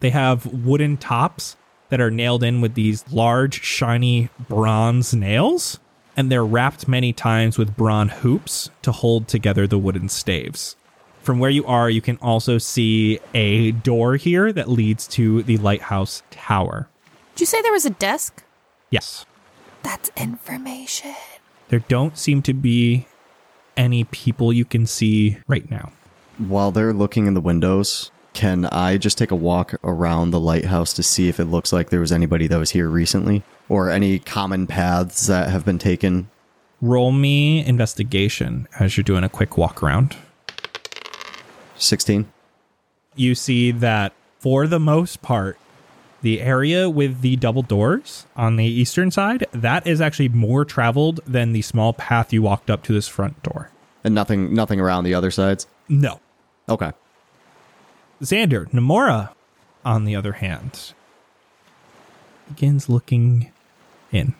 S5: They have wooden tops that are nailed in with these large, shiny bronze nails, and they're wrapped many times with bronze hoops to hold together the wooden staves. From where you are, you can also see a door here that leads to the lighthouse tower.
S6: Did you say there was a desk?
S5: Yes,
S6: That's information.
S5: there don't seem to be any people you can see right now.
S4: While they're looking in the windows, can I just take a walk around the lighthouse to see if it looks like there was anybody that was here recently or any common paths that have been taken?
S5: Roll me investigation as you're doing a quick walk around.
S4: 16.
S5: you see that for the most part, the area with the double doors on the eastern side, that is actually more traveled than the small path you walked up to this front door.
S4: And nothing nothing around the other sides.
S5: No.
S4: Okay.
S5: Xander, Namora, on the other hand, begins looking in.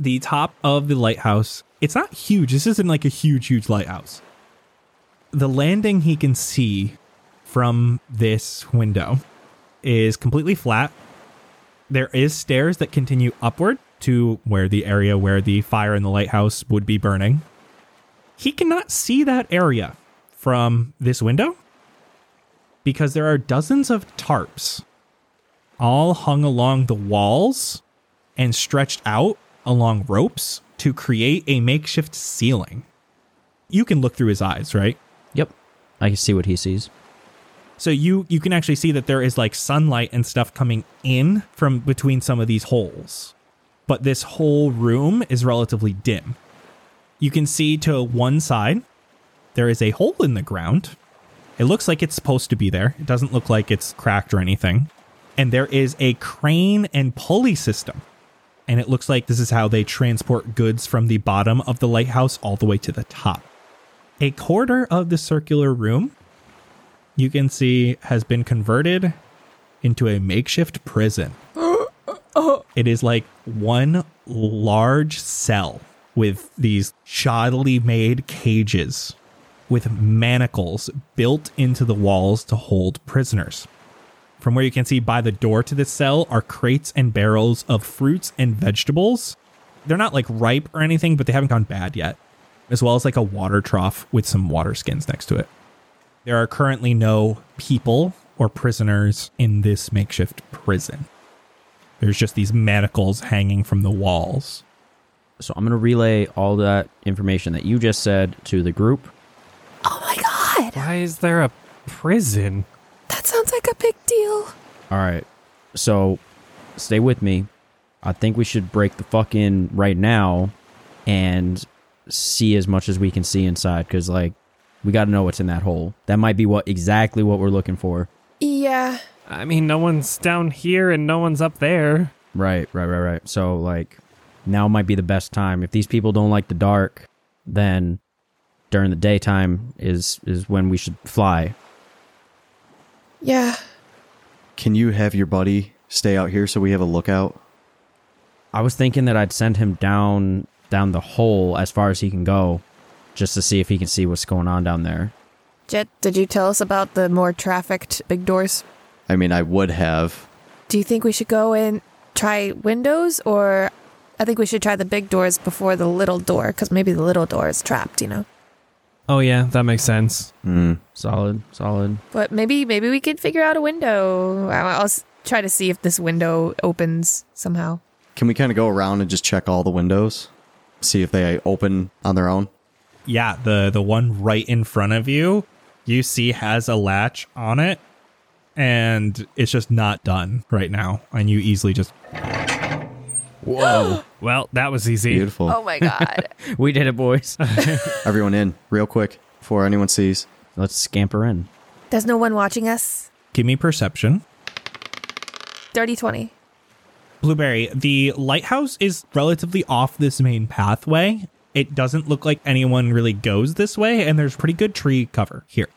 S5: The top of the lighthouse, it's not huge. This isn't like a huge, huge lighthouse. The landing he can see from this window is completely flat. There is stairs that continue upward to where the area where the fire in the lighthouse would be burning. He cannot see that area from this window because there are dozens of tarps all hung along the walls and stretched out along ropes to create a makeshift ceiling. You can look through his eyes, right?
S7: yep, I can see what he sees.
S5: So you you can actually see that there is like sunlight and stuff coming in from between some of these holes. But this whole room is relatively dim. You can see to one side there is a hole in the ground. It looks like it's supposed to be there. It doesn't look like it's cracked or anything. And there is a crane and pulley system. And it looks like this is how they transport goods from the bottom of the lighthouse all the way to the top. A quarter of the circular room you can see has been converted into a makeshift prison. It is like one large cell with these shoddily made cages with manacles built into the walls to hold prisoners. From where you can see by the door to this cell are crates and barrels of fruits and vegetables. They're not like ripe or anything, but they haven't gone bad yet, as well as like a water trough with some water skins next to it. There are currently no people or prisoners in this makeshift prison. There's just these manacles hanging from the walls.
S7: So I'm gonna relay all that information that you just said to the group.
S6: Oh my god!
S2: Why is there a prison?
S6: That sounds like a big deal.
S7: All right. So stay with me. I think we should break the fuck in right now and see as much as we can see inside cuz like we got to know what's in that hole. That might be what exactly what we're looking for.
S6: Yeah.
S2: I mean, no one's down here and no one's up there.
S7: Right, right, right, right. So like now might be the best time. If these people don't like the dark, then during the daytime is is when we should fly.
S6: Yeah.
S4: Can you have your buddy stay out here so we have a lookout?
S7: I was thinking that I'd send him down down the hole as far as he can go just to see if he can see what's going on down there.
S6: Jet, did you tell us about the more trafficked big doors?
S4: I mean, I would have.
S6: Do you think we should go and try windows or I think we should try the big doors before the little door cuz maybe the little door is trapped, you know.
S2: Oh yeah, that makes sense.
S4: Hmm.
S7: Solid, solid.
S6: But maybe maybe we could figure out a window. I- I'll s- try to see if this window opens somehow.
S4: Can we kind of go around and just check all the windows? See if they open on their own?
S5: Yeah, the the one right in front of you, you see has a latch on it, and it's just not done right now. And you easily just
S4: Whoa.
S2: Well, that was easy.
S4: Beautiful.
S6: Oh my god.
S7: We did it, boys.
S4: Everyone in real quick before anyone sees.
S7: Let's scamper in.
S6: There's no one watching us.
S5: give me perception.
S6: Dirty 20.
S5: Blueberry, the lighthouse is relatively off this main pathway. It doesn't look like anyone really goes this way, and there's pretty good tree cover here.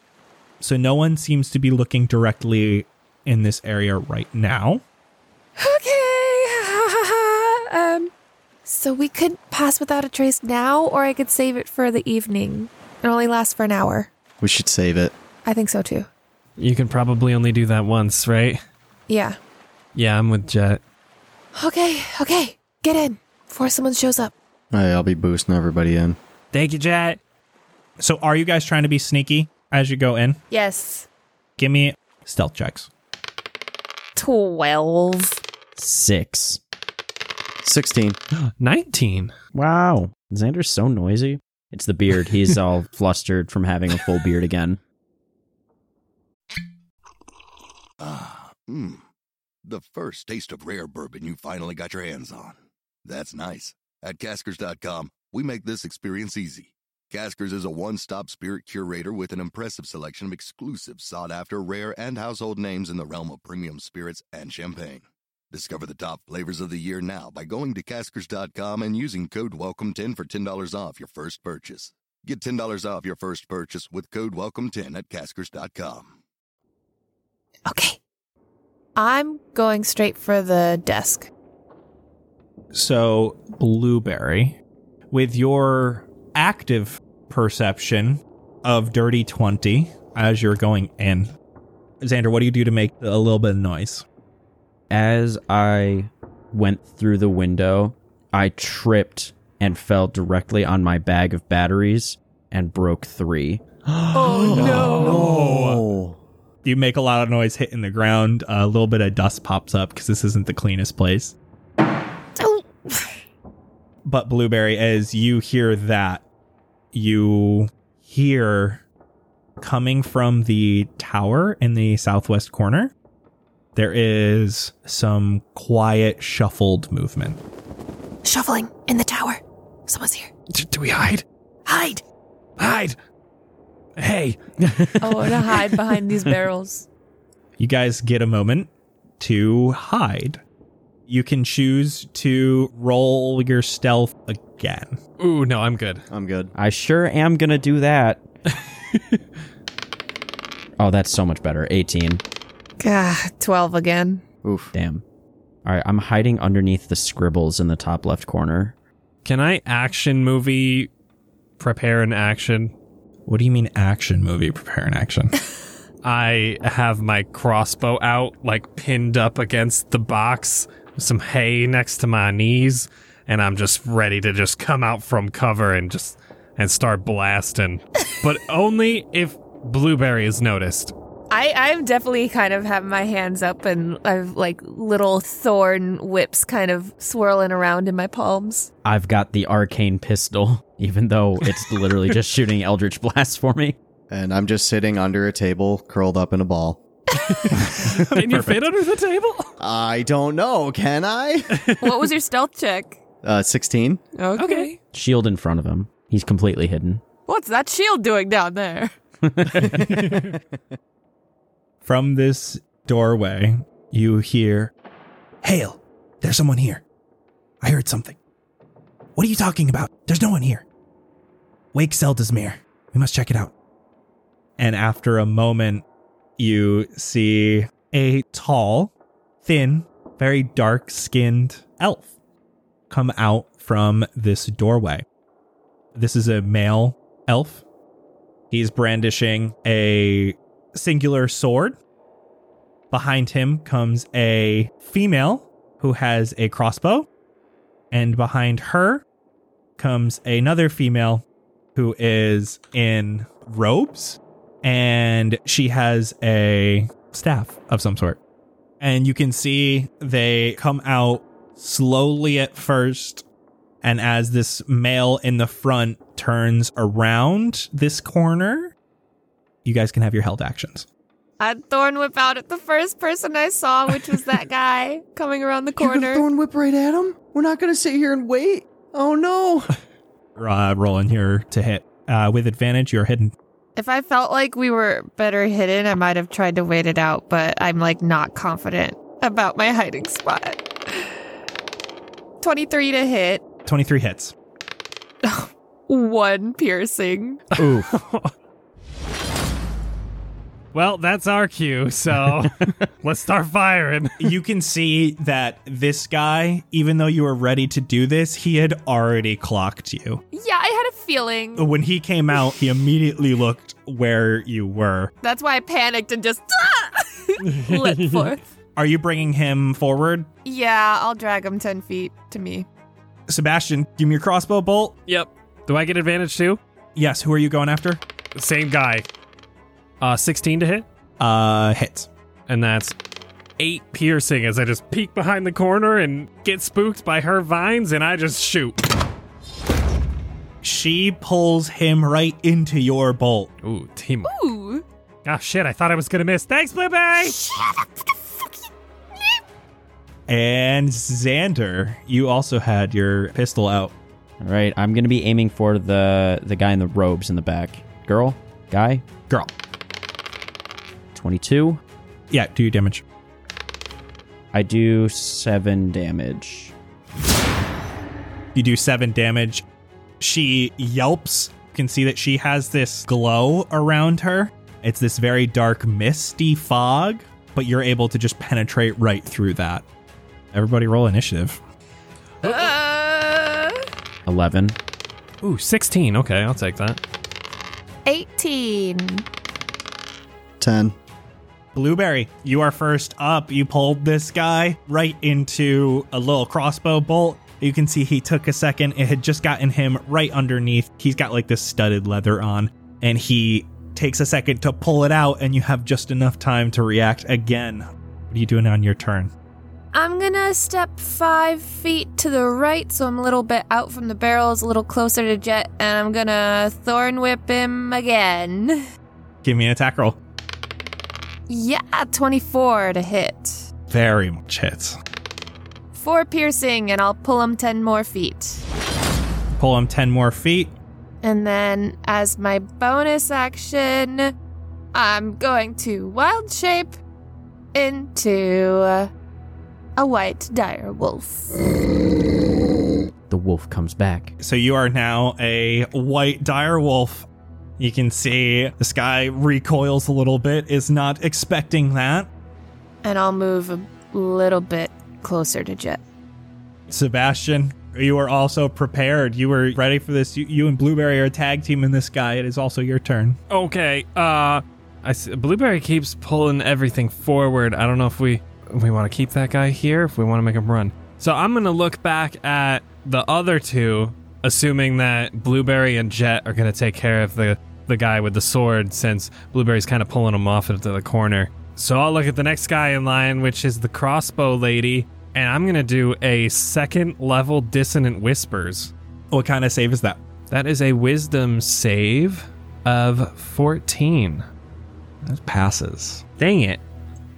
S5: So no one seems to be looking directly in this area right now.
S6: Okay. um so we could pass without a trace now or I could save it for the evening. It only lasts for an hour.
S4: We should save it.
S6: I think so too.
S2: You can probably only do that once, right?
S6: Yeah.
S2: Yeah, I'm with Jet.
S6: Okay. Okay. Get in before someone shows up.
S4: Hey, I'll be boosting everybody in.
S2: Thank you, Jet.
S5: So are you guys trying to be sneaky as you go in?
S6: Yes.
S5: Give me stealth checks.
S6: 12.
S7: Six.
S4: 16.
S2: 19.
S7: Wow. Xander's so noisy. It's the beard. He's all flustered from having a full beard again.
S1: Ah, mmm. The first taste of rare bourbon you finally got your hands on. That's nice. At Caskers.com, we make this experience easy. Caskers is a one stop spirit curator with an impressive selection of exclusive, sought after, rare, and household names in the realm of premium spirits and champagne. Discover the top flavors of the year now by going to Caskers.com and using code WELCOME10 for $10 off your first purchase. Get $10 off your first purchase with code WELCOME10 at Caskers.com.
S6: Okay. I'm going straight for the desk.
S5: So, Blueberry, with your active perception of Dirty 20 as you're going in, Xander, what do you do to make a little bit of noise?
S7: As I went through the window, I tripped and fell directly on my bag of batteries and broke three.
S4: Oh.
S5: You make a lot of noise hitting the ground. A little bit of dust pops up because this isn't the cleanest place.
S6: Oh,
S5: But, Blueberry, as you hear that, you hear coming from the tower in the southwest corner, there is some quiet, shuffled movement.
S6: shuffling in the tower. Someone's here.
S2: D- do we hide?
S6: Hide.
S2: Hide! Hey,
S6: I want to hide behind these barrels.
S5: You guys get a moment to hide. You can choose to roll your stealth again.
S2: Ooh, no, I'm good.
S4: I'm good.
S7: I sure am going to do that. oh, that's so much better. 18.
S6: Gah, 12 again.
S4: Oof.
S7: Damn. All right, I'm hiding underneath the scribbles in the top left corner.
S2: Can I action movie prepare an action?
S5: What do you mean action movie? Prepare an action.
S2: I have my crossbow out, like pinned up against the box, with some hay next to my knees, and I'm just ready to just come out from cover and just and start blasting. but only if Blueberry is noticed.
S6: I, I'm definitely kind of have my hands up and I've like little thorn whips kind of swirling around in my palms.
S7: I've got the arcane pistol, even though it's literally just shooting eldritch blasts for me.
S4: And I'm just sitting under a table, curled up in a ball.
S2: Can you fit under the table?
S4: I don't know. Can I?
S6: what was your stealth check?
S4: Uh, 16.
S6: Okay.
S7: Shield in front of him. He's completely hidden.
S6: What's that shield doing down there?
S5: From this doorway, you hear Hail, there's someone here. I heard something. What are you talking about? There's no one here. Wake Zeldasmere. We must check it out. And after a moment, you see a tall, thin, very dark skinned elf come out from this doorway. This is a male elf. He's brandishing a singular sword Behind him comes a female who has a crossbow. And behind her comes another female who is in robes and she has a staff of some sort. And you can see they come out slowly at first. And as this male in the front turns around this corner, you guys can have your held actions.
S6: I'd thorn whip out at the first person I saw, which was that guy coming around the
S4: You're
S6: corner.
S4: gonna thorn whip right at him? We're not gonna sit here and wait. Oh no.
S5: Uh, rolling here to hit. Uh, with advantage, you're hidden.
S6: if I felt like we were better hidden, I might have tried to wait it out, but I'm like not confident about my hiding spot. 23 to hit,
S5: 23 hits.
S6: one piercing.
S2: Well, that's our cue, so let's start firing.
S5: you can see that this guy, even though you were ready to do this, he had already clocked you.
S6: Yeah, I had a feeling.
S5: When he came out, he immediately looked where you were.
S6: That's why I panicked and just "Ah!" lit forth.
S5: Are you bringing him forward?
S6: Yeah, I'll drag him 10 feet to me.
S5: Sebastian, give me your crossbow bolt.
S2: Yep. Do I get advantage too?
S5: Yes, who are you going after?
S2: Same guy. Uh, 16 to hit,
S5: Uh, hits.
S2: and that's eight piercing as I just peek behind the corner and get spooked by her vines, and I just shoot.
S5: She pulls him right into your bolt.
S2: Ooh, team.
S6: Ooh.
S2: Oh shit! I thought I was gonna miss. Thanks, Blippi.
S5: And Xander, you also had your pistol out.
S7: All right, I'm gonna be aiming for the the guy in the robes in the back. Girl, guy,
S5: Girl.
S7: twenty-two.
S5: Yeah, do your damage.
S7: I do seven damage.
S5: You do seven damage. She yelps. You can see that she has this glow around her. It's this very dark, misty fog, but you're able to just penetrate right through that. Everybody roll initiative.
S6: Uh,
S7: Eleven.
S2: Ooh, 16. Okay, I'll take that.
S6: 18.
S4: Ten.
S5: Blueberry, you are first up. You pulled this guy right into a little crossbow bolt. You can see he took a second. It had just gotten him right underneath. He's got like this studded leather on, and he takes a second to pull it out, and you have just enough time to react again. What are you doing on your turn?
S6: I'm gonna step five feet to the right, so I'm a little bit out from the barrels, a little closer to Jet, and I'm gonna thorn whip him again.
S5: Give me an attack roll.
S6: Yeah, 24 to hit.
S5: Very much hits.
S6: Four piercing, and I'll pull him 10 more feet.
S5: Pull him 10 more feet.
S6: And then, as my bonus action, I'm going to wild shape into a white dire wolf.
S7: The wolf comes back.
S5: So you are now a white dire wolf. You can see this guy recoils a little bit, is not expecting that.
S6: And I'll move a little bit closer to Jet.
S5: Sebastian, you are also prepared. You were ready for this. You, you and Blueberry are tag team in this guy. It is also your turn.
S2: Okay. Uh, I s- blueberry keeps pulling everything forward. I don't know if we if we want to keep that guy here, if we want to make him run. So I'm gonna look back at the other two, assuming that blueberry and Jet are gonna take care of the the guy with the sword, since blueberry's kind of pulling him off into the corner. So I'll look at the next guy in line, which is the crossbow lady, and I'm gonna do a second level dissonant whispers.
S5: What kind of save is that?
S2: That is a wisdom save of 14.
S5: That passes.
S2: Dang it.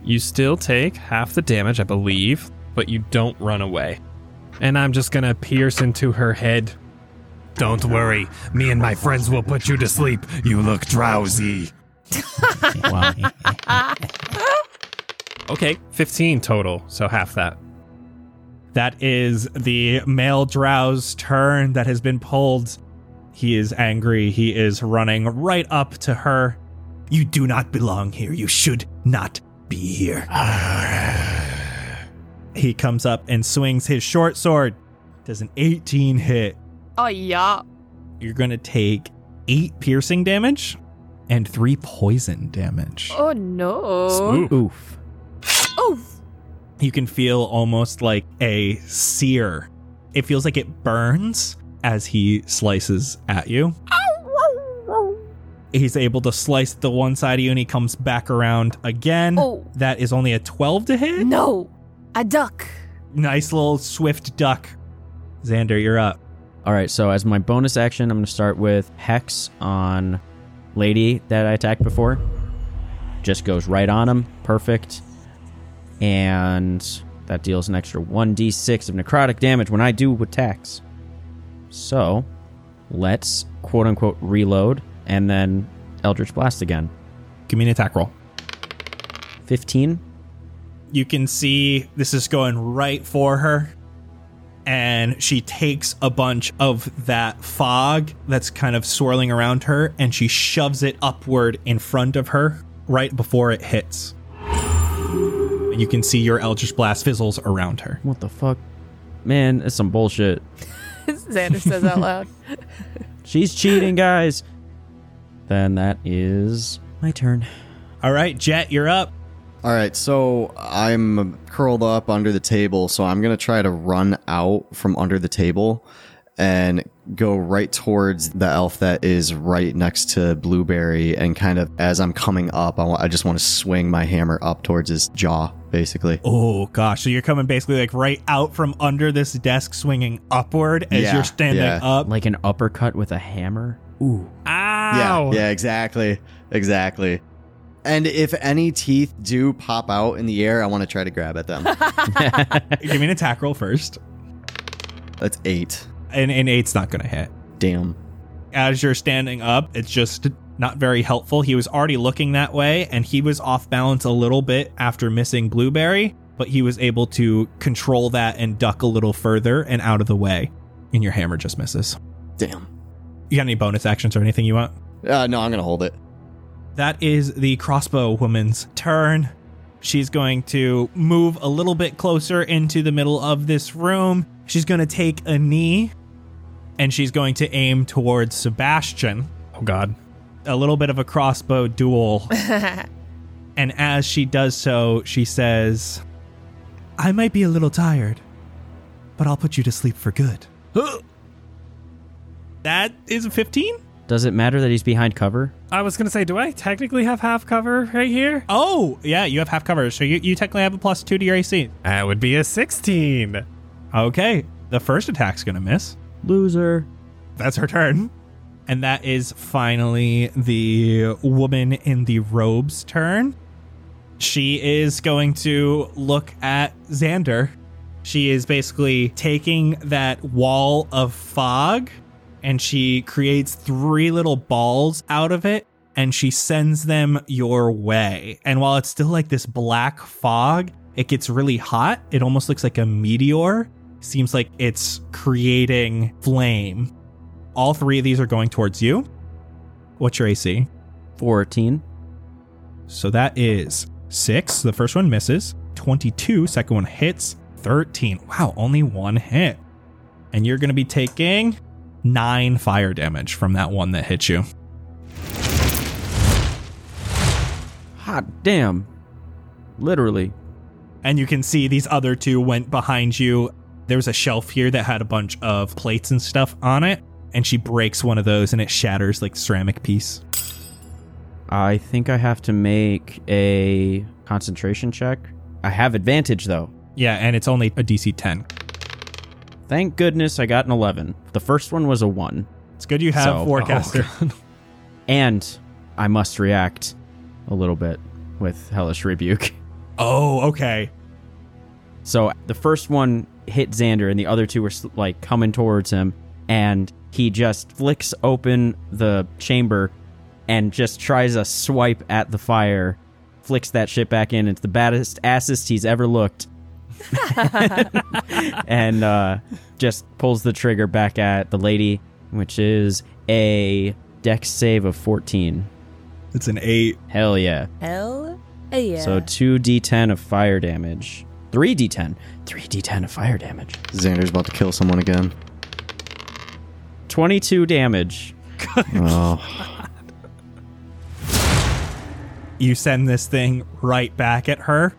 S2: You still take half the damage, I believe, but you don't run away. And I'm just gonna pierce into her head.
S10: Don't worry, me and my friends will put you to sleep. You look drowsy.
S7: Wow.
S2: Okay, 15 total, so half that.
S5: That is the male drow's turn that has been pulled. He is angry. He is running right up to her. You do not belong here. You should not be here. he comes up and swings his short sword. Does an 18 hit.
S6: Oh, yeah.
S5: You're going to take eight piercing damage and three poison damage.
S6: Oh, no.
S2: Ooh.
S7: Oof.
S5: you can feel almost like a sear. It feels like it burns as he slices at you. He's able to slice the one side of you and he comes back around again.
S6: Oh.
S5: That is only a 12 to hit.
S6: No, a duck.
S5: Nice little swift duck. Xander, you're up.
S7: All right, so as my bonus action, I'm going to start with Hex on Lady that I attacked before. Just goes right on him. Perfect. And that deals an extra 1d6 of necrotic damage when I do attacks. So let's quote unquote reload and then Eldritch Blast again.
S5: Give me an attack roll.
S7: 15.
S5: you can see this is going right for her and she takes a bunch of that fog that's kind of swirling around her and she shoves it upward in front of her right before it hits and you can see your eldritch blast fizzles around her
S7: What the fuck? Man, it's some bullshit.
S6: Xander says out loud.
S7: She's cheating, guys. Then that is my turn.
S5: all right jet you're up
S4: All right, so I'm curled up under the table, so I'm going to try to run out from under the table and go right towards the elf that is right next to Blueberry. And kind of as I'm coming up, I wa- I just want to swing my hammer up towards his jaw, basically.
S5: oh gosh so you're coming basically like right out from under this desk swinging upward as
S4: Yeah,
S5: you're standing
S4: yeah.
S5: up
S7: Like an uppercut with a hammer?
S4: Yeah, yeah, exactly. Exactly. And if any teeth do pop out in the air, I want to try to grab at them.
S5: give me an attack roll first
S4: That's eight.
S5: and, and eight's not gonna hit
S4: Damn.
S5: as you're standing up, it's just not very helpful. He was already looking that way and he was off balance a little bit after missing Blueberry, but he was able to control that and duck a little further and out of the way. And your hammer just misses.
S4: Damn.
S5: You got any bonus actions or anything you want?
S4: Uh, no, I'm going to hold it.
S5: That is the crossbow woman's turn. She's going to move a little bit closer into the middle of this room. She's going to take a knee and she's going to aim towards Sebastian.
S2: Oh god.
S5: a little bit of a crossbow duel. and as she does so, she says, I might be a little tired, but I'll put you to sleep for good. that is a 15?
S7: Does it matter that he's behind cover?
S2: I was gonna say, do I technically have half cover right here?
S5: Oh, yeah, you have half cover, so you, you technically have a plus two to your AC.
S2: That would be a 16.
S5: Okay, the first attack's gonna miss.
S7: Loser.
S5: That's her turn. And that is finally the woman in the robe's turn. She is going to look at Xander. She is basically taking that wall of fog and she creates three little balls out of it and she sends them your way. And while it's still like this black fog, it gets really hot. It almost looks like a meteor. Seems like it's creating flame. All three of these are going towards you. What's your AC?
S7: 14.
S5: So that is six. The first one misses. 22. Second one hits. 13. Wow, only one hit. And you're going to be taking nine fire damage from that one that hit you.
S7: Hot damn. Literally.
S5: And you can see these other two went behind you. There was a shelf here that had a bunch of plates and stuff on it. And she breaks one of those and it shatters like ceramic piece.
S7: I think I have to make a concentration check. I have advantage though.
S5: Yeah, and it's only a DC 10.
S7: Thank goodness I got an 11. The first one was a 1.
S5: It's good you have
S7: So- oh,
S5: forecaster.
S7: And I must react a little bit with Hellish Rebuke.
S5: oh okay.
S7: So the first one hit Xander, and the other two were s- like coming towards him, and he just flicks open the chamber and just tries a swipe at the fire, flicks that shit back in. It's the baddest assist he's ever looked, and uh, just pulls the trigger back at the lady, which is a dex save of fourteen.
S5: It's an eight.
S7: Hell yeah!
S6: Hell yeah.
S7: So two d10 of fire damage, three d10, three d10 of fire damage.
S4: Xander's about to kill someone again.
S7: 22 damage.
S4: Oh,
S5: You send this thing right back at her.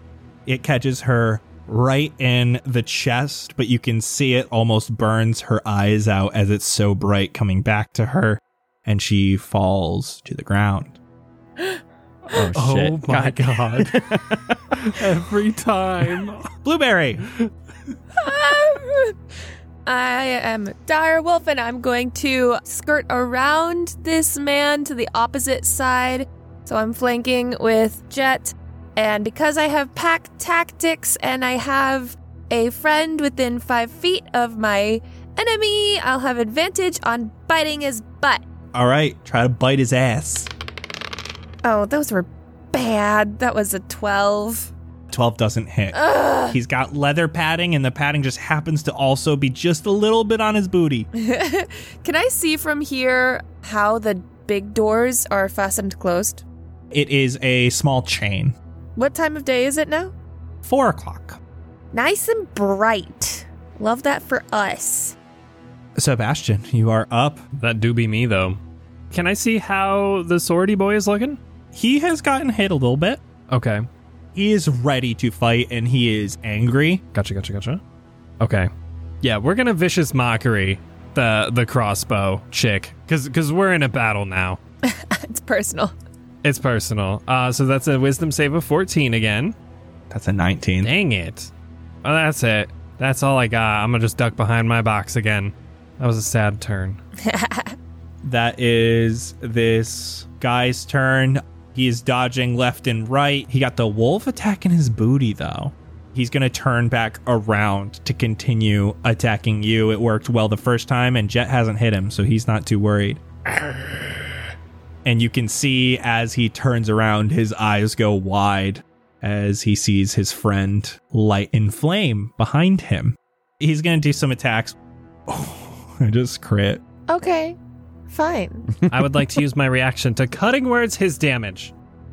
S5: It catches her right in the chest, but you can see it almost burns her eyes out as it's so bright coming back to her, and she falls to the ground.
S7: Oh, shit.
S2: Oh my god. Every time.
S5: Blueberry!
S6: I am a dire wolf and I'm going to skirt around this man to the opposite side. So I'm flanking with Jet. And because I have pack tactics and I have a friend within five feet of my enemy, I'll have advantage on biting his butt.
S5: All right, try to bite his ass.
S6: Oh, those were bad. That was a 12.
S5: 12 doesn't hit.
S6: Ugh.
S5: He's got leather padding, and the padding just happens to also be just a little bit on his booty.
S6: Can I see from here how the big doors are fastened closed?
S5: It is a small chain.
S6: What time of day is it now?
S5: Four o'clock.
S6: Nice and bright. Love that for us.
S5: Sebastian, you are up.
S2: That do be me though. Can I see how the swordy boy is looking?
S5: He has gotten hit a little bit.
S2: Okay.
S5: He is ready to fight and he is angry.
S2: Gotcha, gotcha, gotcha. Okay. Yeah, we're gonna vicious mockery the the crossbow chick. Cause cause we're in a battle now.
S6: It's personal.
S2: It's personal. Uh so that's a wisdom save of fourteen again.
S5: That's a 19.
S2: Dang it. Well that's it. That's all I got. I'm gonna just duck behind my box again. That was a sad turn.
S5: That is this guy's turn. He is dodging left and right. He got the wolf attacking his booty, though. He's going to turn back around to continue attacking you. It worked well the first time, and Jet hasn't hit him, so he's not too worried. And you can see as he turns around, his eyes go wide as he sees his friend light in flame behind him. He's going to do some attacks. Oh, I just crit.
S6: Okay, fine.
S2: I would like to use my reaction to cutting words his damage.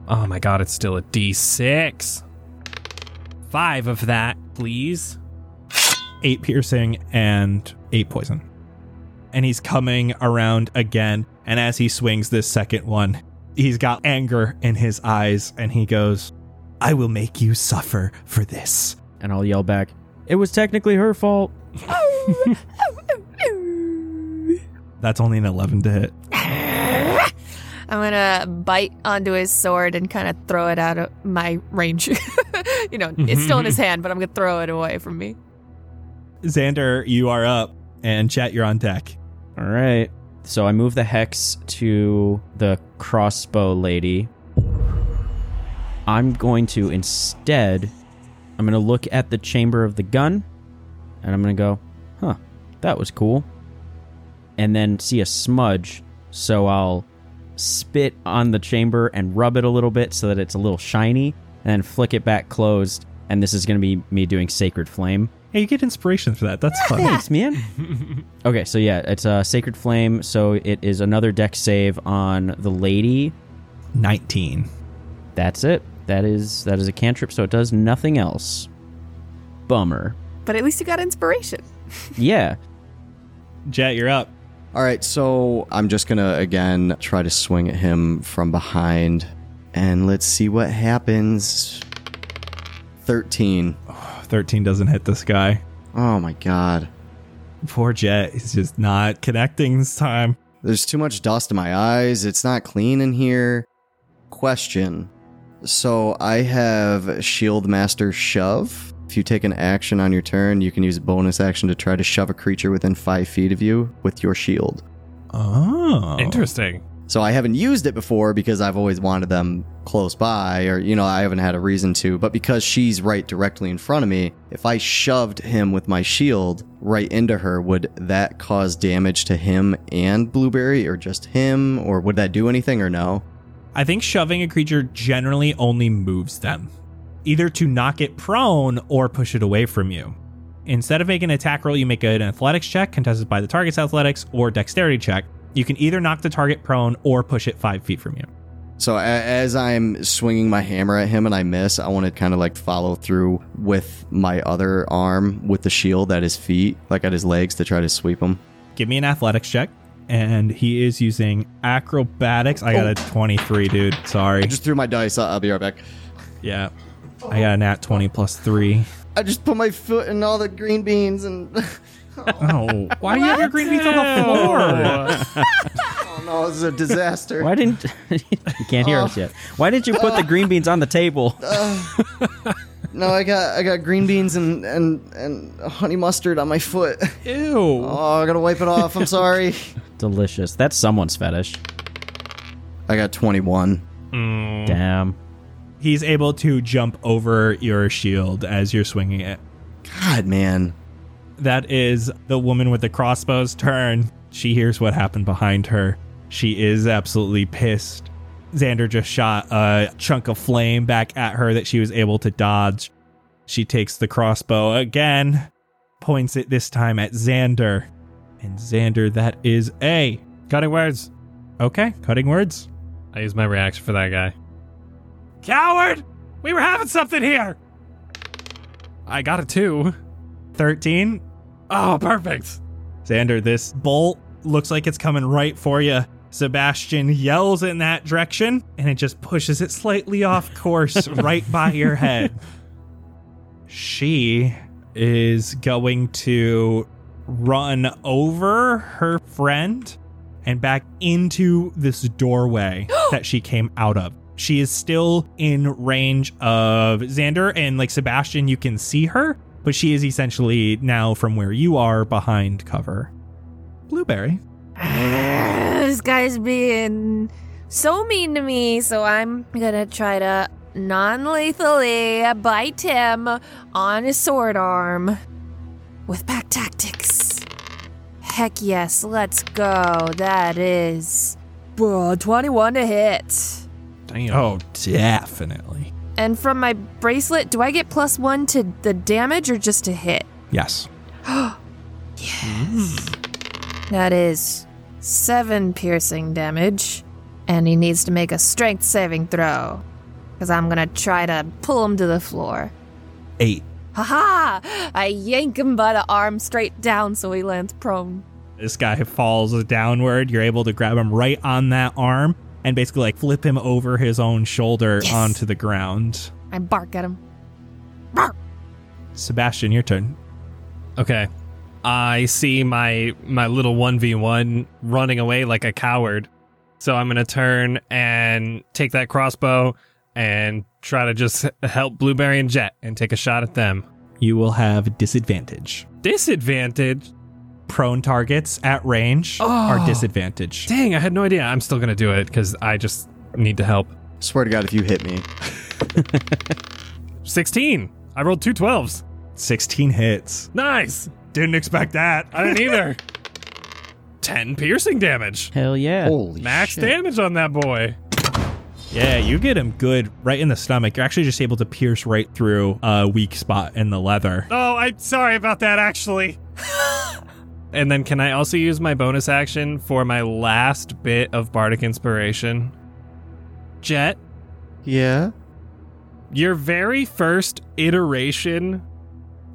S2: Oh my god, it's still a D6. Five of that, please.
S5: eight piercing and eight poison. And he's coming around again. And as he swings this second one, he's got anger in his eyes and he goes, I will make you suffer for this.
S7: And I'll yell back, It was technically her fault.
S5: That's only an 11 to hit.
S6: I'm gonna bite onto his sword and kind of throw it out of my range. you know, it's still in his hand, but I'm gonna throw it away from me.
S5: Xander, you are up and chat, you're on deck.
S7: All right. So I move the hex to the crossbow lady. I'm going to instead, I'm going to look at the chamber of the gun and I'm going to go, huh, that was cool. And then see a smudge. So I'll spit on the chamber and rub it a little bit so that it's a little shiny and then flick it back closed. And this is going to be me doing Sacred Flame.
S5: Hey, you get inspiration for that. That's fun.
S7: Thanks, man. okay, so yeah, it's a sacred flame, so it is another deck save on the lady.
S5: 19.
S7: That's it. That is that is a cantrip, so it does nothing else. Bummer.
S6: But at least you got inspiration.
S7: Yeah.
S5: Jet, you're up.
S4: All right, so I'm just going to again try to swing at him from behind and let's see what happens. 13.
S5: 13 doesn't hit this guy.
S4: Oh my god.
S5: Poor Jet. He's just not connecting this time.
S4: There's too much dust in my eyes. It's not clean in here. Question. So I have Shield Master Shove. If you take an action on your turn, you can use a bonus action to try to shove a creature within five feet of you with your shield.
S5: Oh.
S2: Interesting.
S4: So I haven't used it before because I've always wanted them close by, or, you know, I haven't had a reason to. But because she's right directly in front of me, if I shoved him with my shield right into her, would that cause damage to him and Blueberry, or just him, or would that do anything, or no?
S5: I think shoving a creature generally only moves them, either to knock it prone or push it away from you. Instead of making an attack roll, you make an athletics check contested by the target's athletics or dexterity check. You can either knock the target prone or push it five feet from you.
S4: So a- as I'm swinging my hammer at him and I miss, I want to kind of like follow through with my other arm with the shield at his feet, like at his legs to try to sweep him.
S5: Give me an athletics check. And he is using acrobatics. I got a 23, dude. Sorry.
S4: I just threw my dice. I- I'll be right back.
S5: Yeah. I got a nat 20 plus 3.
S4: I just put my foot in all the green beans and.
S5: Oh, why do you have your green beans on the floor?
S4: oh no, this is a disaster.
S7: Why didn't you can't hear us yet? Why didn't you put the green beans on the table?
S4: No, I got I got green beans and and and honey mustard on my foot.
S5: Ew.
S4: Oh, I gotta wipe it off. I'm sorry.
S7: Delicious. That's someone's fetish.
S4: I got 21.
S5: Mm.
S7: Damn.
S5: He's able to jump over your shield as you're swinging it.
S4: God, man.
S5: That is the woman with the crossbow's turn. She hears what happened behind her. She is absolutely pissed. Xander just shot a chunk of flame back at her that she was able to dodge. She takes the crossbow again, points it this time at Xander. And Xander, that is a.
S2: Cutting words.
S5: Okay, cutting words.
S2: I use my reaction for that guy. Coward! We were having something here! I got a two.
S5: 13.
S2: Oh, perfect.
S5: Xander, this bolt looks like it's coming right for you. Sebastian yells in that direction, and it just pushes it slightly off course right by your head. She is going to run over her friend and back into this doorway that she came out of. She is still in range of Xander and like Sebastian, you can see her, but she is essentially now from where you are behind cover. Blueberry.
S6: this guy's being so mean to me, so I'm gonna try to non lethally bite him on his sword arm with back tactics. Heck yes, let's go. That is uh, 21 to hit.
S5: Oh, definitely.
S6: And from my bracelet, do I get plus one to the damage or just to hit?
S5: Yes.
S6: That is seven piercing damage, and he needs to make a strength saving throw. Because I'm gonna try to pull him to the floor.
S5: Eight.
S6: Haha! I yank him by the arm straight down so he lands prone.
S5: This guy falls downward. You're able to grab him right on that arm and basically like flip him over his own shoulder
S6: Yes.
S5: onto the ground.
S6: I bark at him.
S5: Sebastian, your turn.
S2: Okay. I see my my little 1v1 running away like a coward. So I'm going to turn and take that crossbow and try to just h- help Blueberry and Jet and take a shot at them.
S5: You will have disadvantage.
S2: Disadvantage. Oh.
S5: Prone targets at range are disadvantage.
S2: Dang, I had no idea. I'm still going to do it cuz I just need to help.
S4: Swear to God, if you hit me.
S2: 16. I rolled two 12s.
S5: 16 hits.
S2: Nice.
S5: Didn't expect that.
S2: I didn't either. 10 piercing damage.
S7: Hell yeah.
S4: Holy
S2: Max
S4: shit.
S2: damage on that boy.
S5: Yeah, you get him good right in the stomach. You're actually just able to pierce right through a weak spot in the leather.
S2: Oh, I'm sorry about that, actually. and then can I also use my bonus action for my last bit of Bardic Inspiration? Jet,
S4: Yeah.
S2: your very first iteration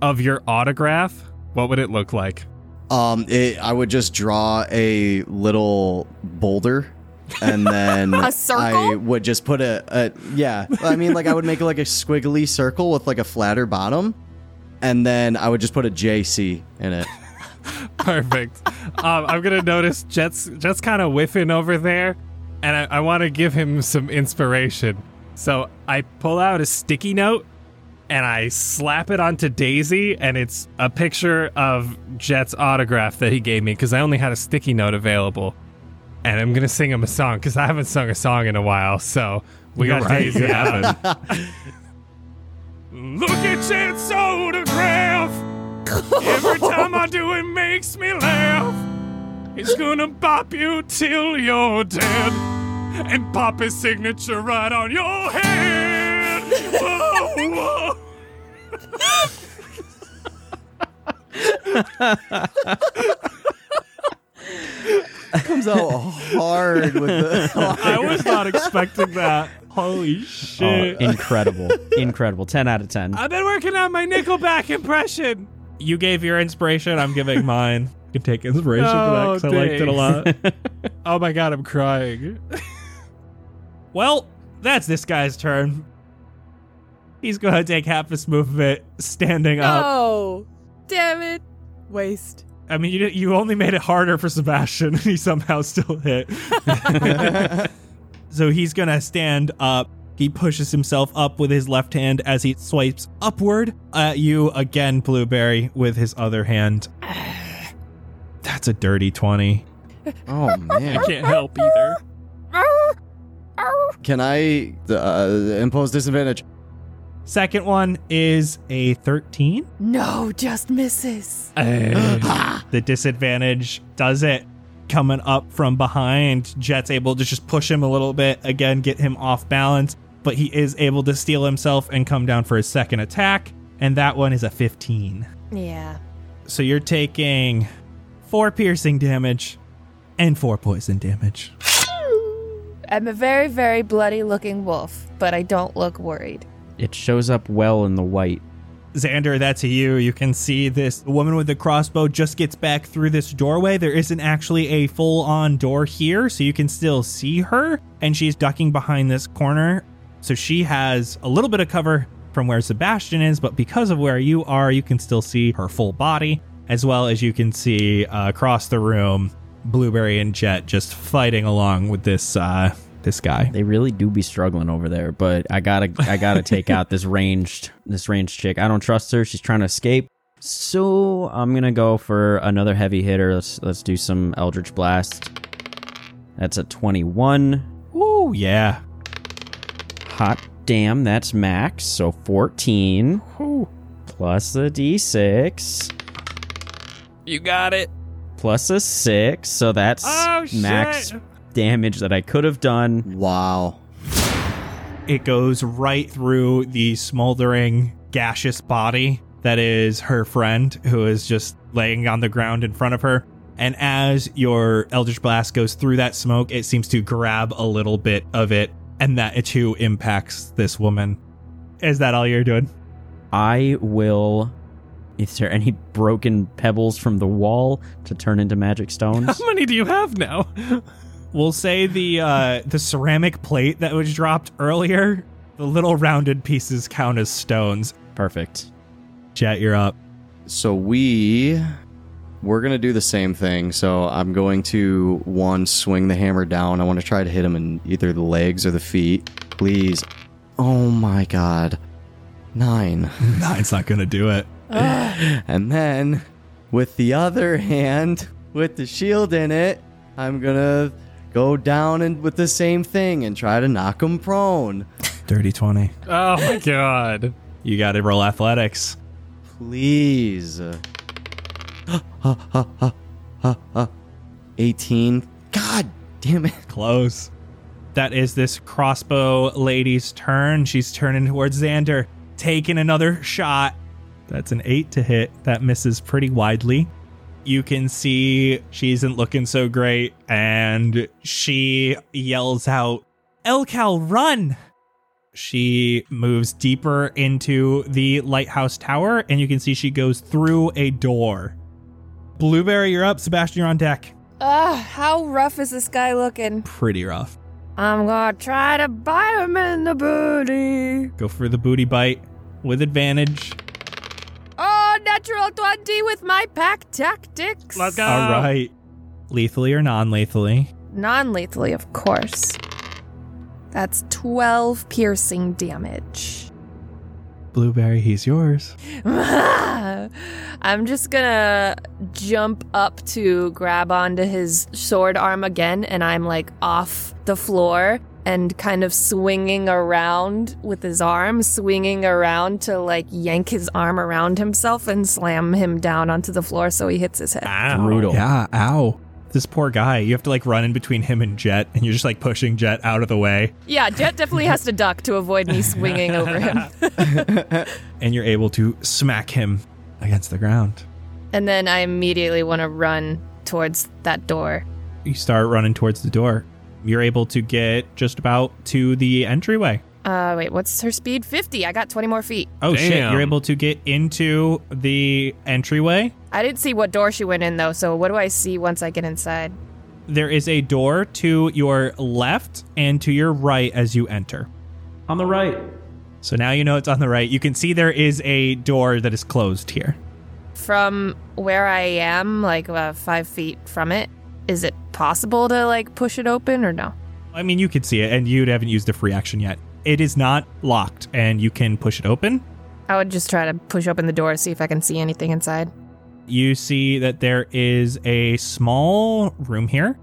S2: of your autograph, what would it look like?
S4: Um, it, I would just draw a little boulder, and then
S6: A circle?
S4: I would just put a, a yeah. I mean, like I would make like a squiggly circle with like a flatter bottom, and then I would just put a JC in it.
S2: Perfect. um, I'm gonna notice Jet's Jet's kind of whiffing over there, and I, I want to give him some inspiration. So I pull out a sticky note and I slap it onto Daisy, and it's a picture of Jet's autograph that he gave me because I only had a sticky note available. And I'm gonna sing him a song because I haven't sung a song in a while. So we got Daisy happening. Look at Jet's autograph. Every time I do, it makes me laugh. He's gonna pop you till you're dead and pop his signature right on your head. Oh, Whoa,
S4: Comes out hard with the.
S5: I was not expecting that. Holy
S7: Oh,
S5: shit.
S7: incredible. incredible. 10 out of 10.
S2: I've been working on my Nickelback impression.
S5: you gave your inspiration. I'm giving mine. You can take inspiration for that because I
S2: Oh,
S5: liked it a lot.
S2: Oh my god, I'm crying.
S5: well, that's this guy's turn. He's going to take half his movement standing up.
S6: Oh, damn it. Waste.
S5: I mean, you, didn't- you only made it harder for Sebastian. He somehow still hit. so he's going to stand up. He pushes himself up with his left hand as he swipes upward at you again, Blueberry, with his other hand. That's a dirty 20.
S4: Oh man!
S11: Can't help either.
S4: Can I uh, impose disadvantage?
S5: Second one is a 13.
S6: No, just misses.
S7: Eh.
S5: The disadvantage does it. Coming up from behind, Jet's able to just push him a little bit, again, get him off balance, but he is able to steal himself and come down for his second attack. And that one is a 15.
S6: Yeah.
S5: So you're taking four piercing damage and four poison damage.
S6: I'm a very, very bloody looking wolf, but I don't look worried.
S7: It shows up well in the white.
S5: Xander, that's you. You can see this woman with the crossbow just gets back through this doorway. There isn't actually a full on door here, so you can still see her, and she's ducking behind this corner. So she has a little bit of cover from where Sebastian is, but because of where you are, you can still see her full body, as well as you can see uh, across the room Blueberry and Jet just fighting along with this uh, this guy.
S7: They really do be struggling over there, but I gotta I gotta take out this ranged this ranged chick. I don't trust her. She's trying to escape. So I'm gonna go for another heavy hitter. Let's let's do some Eldritch Blast. That's a 21.
S5: Ooh, yeah.
S7: Hot damn, that's max. So 14 plus the D6.
S2: You got it.
S7: plus a six, so that's
S5: Oh,
S7: max damage that I could have done.
S4: Wow!
S5: It goes right through the smoldering, gaseous body that is her friend, who is just laying on the ground in front of her. And as your Eldritch Blast goes through that smoke, it seems to grab a little bit of it, and that it too impacts this woman. Is that all you're doing?
S7: I will. Is there any broken pebbles from the wall to turn into magic stones?
S11: How many do you have now?
S5: We'll say the uh, the ceramic plate that was dropped earlier. The little rounded pieces count as stones.
S7: Perfect.
S5: Jet, you're up.
S4: So we we're gonna do the same thing. So I'm going to one swing the hammer down. I want to try to hit him in either the legs or the feet. Please. Oh my god. Nine.
S5: Nah, it's not gonna do it.
S4: And then with the other hand, with the shield in it, I'm gonna go down and with the same thing and try to knock him prone.
S5: Dirty twenty.
S11: Oh my god.
S5: You got to roll athletics.
S4: Please. 18. God damn it.
S5: Close. That is this crossbow lady's turn. She's turning towards Xander, taking another shot. That's an eight to hit. That misses pretty widely. You can see she isn't looking so great, and she yells out, Elcal, run! She moves deeper into the lighthouse tower, and you can see she goes through a door. Blueberry, you're up. Sebastian, you're on deck.
S6: Ugh, how rough is this guy looking?
S5: Pretty rough.
S6: I'm gonna try to bite him in the booty.
S5: Go for the booty bite with advantage.
S6: Oh, natural 20 with my pack tactics.
S11: Let's go.
S5: All right. Lethally or non lethally?
S6: Non lethally, of course. That's 12 piercing damage.
S5: Blueberry, he's yours.
S6: Ah, I'm just gonna jump up to grab onto his sword arm again, and I'm like off the floor and kind of swinging around with his arm, swinging around to like yank his arm around himself and slam him down onto the floor so he hits his head.
S5: Ah.
S7: Brutal.
S5: Yeah, ow. This poor guy, you have to like run in between him and Jet, and you're just like pushing Jet out of the way,
S6: Yeah, Jet definitely has to duck to avoid me swinging over him.
S5: and you're able to smack him against the ground.
S6: And then I immediately want to run towards that door.
S5: You start running towards the door. You're able to get just about to the entryway.
S6: Uh, wait, what's her speed? 50. I got 20 more feet.
S5: Oh shit,
S11: Damn.
S5: you're able to get into the entryway.
S6: I didn't see what door she went in though, so what do I see once I get inside?
S5: There is a door to your left and to your right as you enter.
S7: On the right.
S5: So now you know it's on the right. You can see there is a door that is closed here.
S6: From where I am, like about five feet from it, is it possible to like push it open or no?
S5: I mean, you could see it, and you haven't used a free action yet. It is not locked, and you can push it open.
S6: I would just try to push open the door, see if I can see anything inside.
S5: You see that there is a small room here.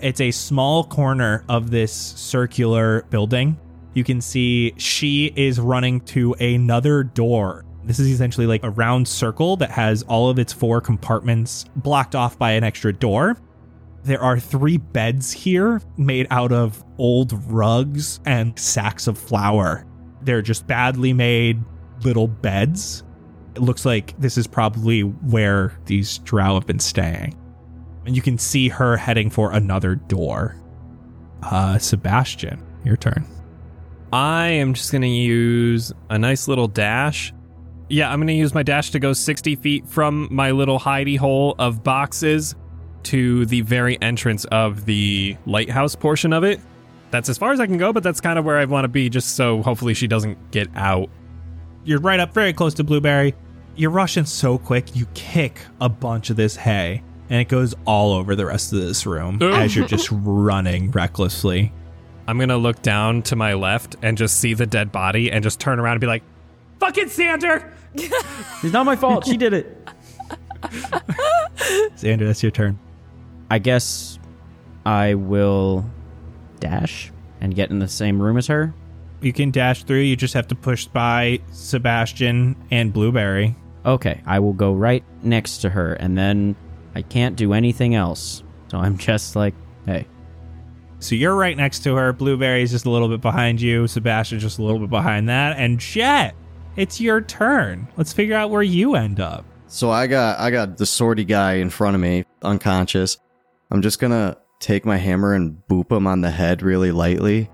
S5: It's a small corner of this circular building. You can see she is running to another door. This is essentially like a round circle that has all of its four compartments blocked off by an extra door. There are three beds here made out of old rugs and sacks of flour. They're just badly made little beds. It looks like this is probably where these drow have been staying. And you can see her heading for another door. Uh, Sebastian, your turn.
S2: I am just going to use a nice little dash. Yeah, I'm going to use my dash to go 60 feet from my little hidey hole of boxes to the very entrance of the lighthouse portion of it. That's as far as I can go, but that's kind of where I want to be, just so hopefully she doesn't get out.
S5: You're right up very close to Blueberry. You're rushing so quick, you kick a bunch of this hay, and it goes all over the rest of this room
S2: Oh.
S5: as you're just running recklessly.
S2: I'm gonna look down to my left and just see the dead body and just turn around and be like, "Fucking Sander!"
S7: It's not my fault. She did it.
S5: Xander, that's your turn.
S7: I guess I will dash and get in the same room as her.
S5: You can dash through, you just have to push by Sebastian and Blueberry.
S7: Okay, I will go right next to her, and then I can't do anything else. So I'm just like, hey,
S5: So you're right next to her. Blueberry's just a little bit behind you. Sebastian's just a little bit behind that. And Jet, it's your turn. Let's figure out where you end up.
S4: So I got I got the swordy guy in front of me, unconscious. I'm just gonna take my hammer and boop him on the head really lightly.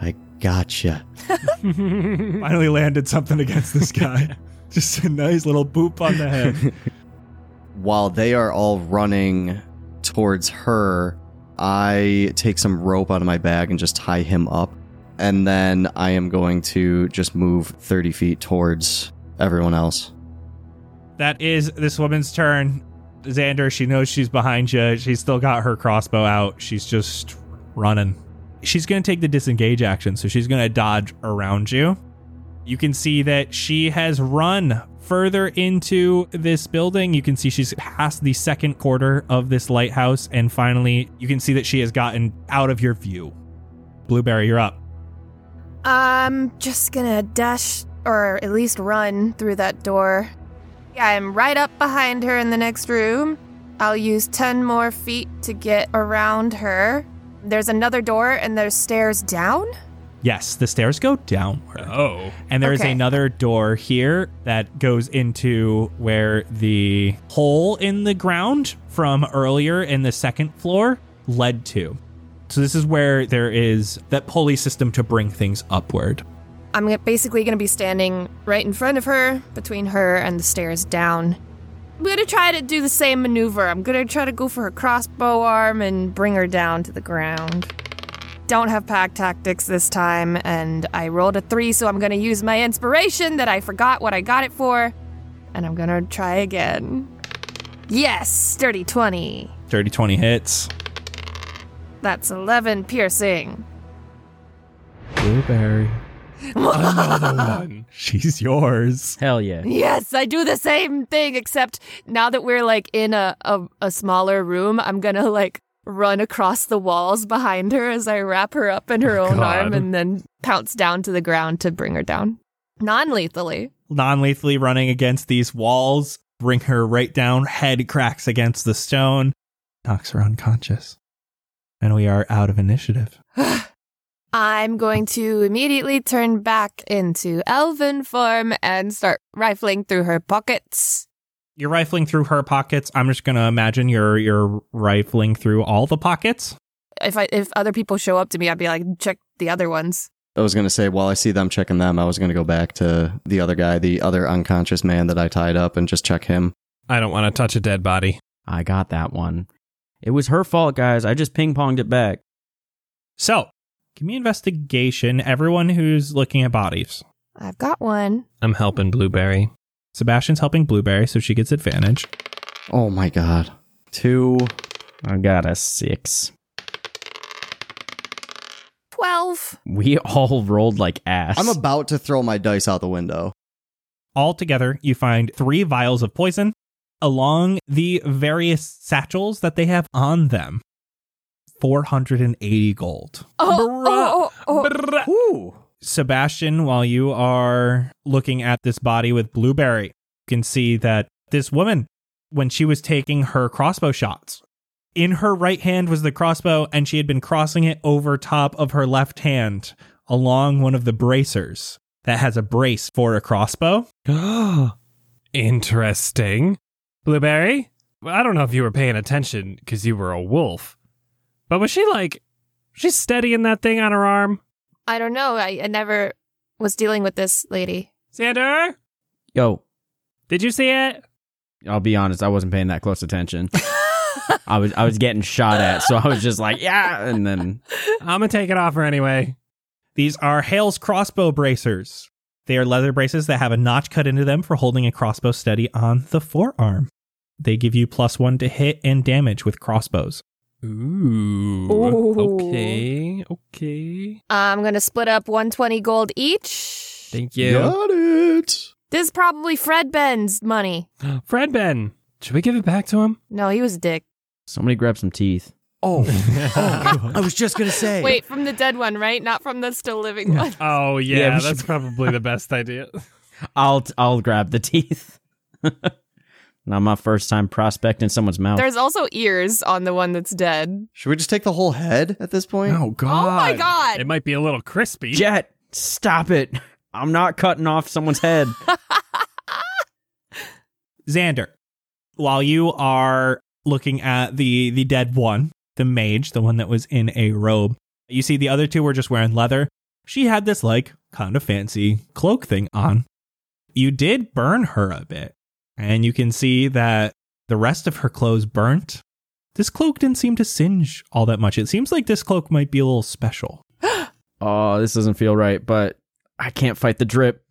S4: I gotcha.
S5: Finally landed something against this guy. just a nice little boop on the head.
S4: While they are all running towards her, I take some rope out of my bag and just tie him up. And then I am going to just move 30 feet towards everyone else.
S5: That is this woman's turn. Xander, she knows she's behind you. She's still got her crossbow out. She's just running. She's going to take the disengage action, so she's going to dodge around you. You can see that she has run further into this building. You can see she's past the second quarter of this lighthouse. And finally, you can see that she has gotten out of your view. Blueberry, you're up.
S6: I'm just gonna dash or at least run through that door. Yeah, I'm right up behind her in the next room. I'll use 10 more feet to get around her. There's another door and there's stairs down.
S5: Yes, the stairs go downward.
S2: Oh,
S5: And there is
S6: Okay.
S5: another door here that goes into where the hole in the ground from earlier in the second floor led to. So this is where there is that pulley system to bring things upward.
S6: I'm g- basically gonna be standing right in front of her, between her and the stairs down. I'm gonna try to do the same maneuver. I'm gonna try to go for her crossbow arm and bring her down to the ground. Don't have pack tactics this time, and I rolled a three, so I'm gonna use my inspiration that I forgot what I got it for, and I'm gonna try again. Yes, sturdy 20.
S5: Dirty 20 hits.
S6: That's 11 piercing.
S5: Blueberry. She's yours.
S7: hell yeah.
S6: Yes, I do the same thing, except now that we're like in a, a, a smaller room, I'm gonna like run across the walls behind her as I wrap her up in her own arm and then pounce down to the ground to bring her down. Non lethally.
S5: non lethally running against these walls, bring her right down, head cracks against the stone, knocks her unconscious. And we are out of initiative.
S6: I'm going to immediately turn back into elven form and start rifling through her pockets.
S5: You're rifling through her pockets. I'm just gonna imagine you're you're rifling through all the pockets.
S6: If I if other people show up to me, I'd be like, check the other ones.
S4: I was going to say, while I see them checking them, I was going to go back to the other guy, the other unconscious man that I tied up, and just check him.
S2: I don't want to touch a dead body.
S7: I got that one. It was her fault, guys. I just ping ponged it back.
S5: So, Give me investigation, everyone who's looking at bodies.
S6: I've got one.
S2: I'm helping Blueberry.
S5: Sebastian's helping Blueberry, so she gets advantage.
S4: Oh my god. Two.
S7: I got a six.
S6: 12.
S7: We all rolled like ass.
S4: I'm about to throw my dice out the window.
S5: Altogether, you find three vials of poison along the various satchels that they have on them. 480 gold.
S6: Oh, oh, oh, oh.
S2: Brrrah.
S7: Ooh.
S5: Sebastian, while you are looking at this body with Blueberry, you can see that this woman, when she was taking her crossbow shots, in her right hand was the crossbow, and she had been crossing it over top of her left hand along one of the bracers that has a brace for a crossbow.
S7: Oh.
S2: Interesting. Blueberry? Well, I don't know if you were paying attention because you were a wolf, but was she like, she's steadying that thing on her arm?
S6: I don't know. I, I never was dealing with this lady. Uh,
S2: Xander,
S7: Yo,
S2: did you see it?
S7: I'll be honest, I wasn't paying that close attention. I was I was getting shot at, so I was just like, yeah, and then
S2: I'm gonna take it off her anyway.
S5: These are Hale's crossbow bracers. They are leather braces that have a notch cut into them for holding a crossbow steady on the forearm. They give you plus one to hit and damage with crossbows.
S2: Ooh.
S6: Ooh.
S2: Okay. Okay.
S6: I'm going to split up 120 gold each.
S2: Thank you.
S4: Got it.
S6: This is probably Fred Ben's money.
S2: Fred Ben, should we give it back to him?
S6: No, he was a dick.
S7: somebody grab some teeth.
S4: Oh, oh, I was just gonna say.
S6: Wait, from the dead one, right? Not from the still living one.
S2: Oh yeah,
S7: Yeah, we
S2: that's probably the best idea.
S7: I'll I'll grab the teeth. Not my first time prospecting someone's mouth.
S6: There's also ears on the one that's dead.
S4: Should we just take the whole head at this point?
S2: Oh
S6: Oh my
S2: It
S6: god.
S2: might be a little crispy.
S7: Jet, stop it. I'm not cutting off someone's head.
S5: Xander, while you are looking at the the dead one, the mage, the one that was in a robe, you see the other two were just wearing leather. She had this like kind of fancy cloak thing on. You did burn her a bit, and you can see that the rest of her clothes burnt. This cloak didn't seem to singe all that much. It seems like this cloak might be a little special.
S7: oh, this doesn't feel right, but I can't fight the drip.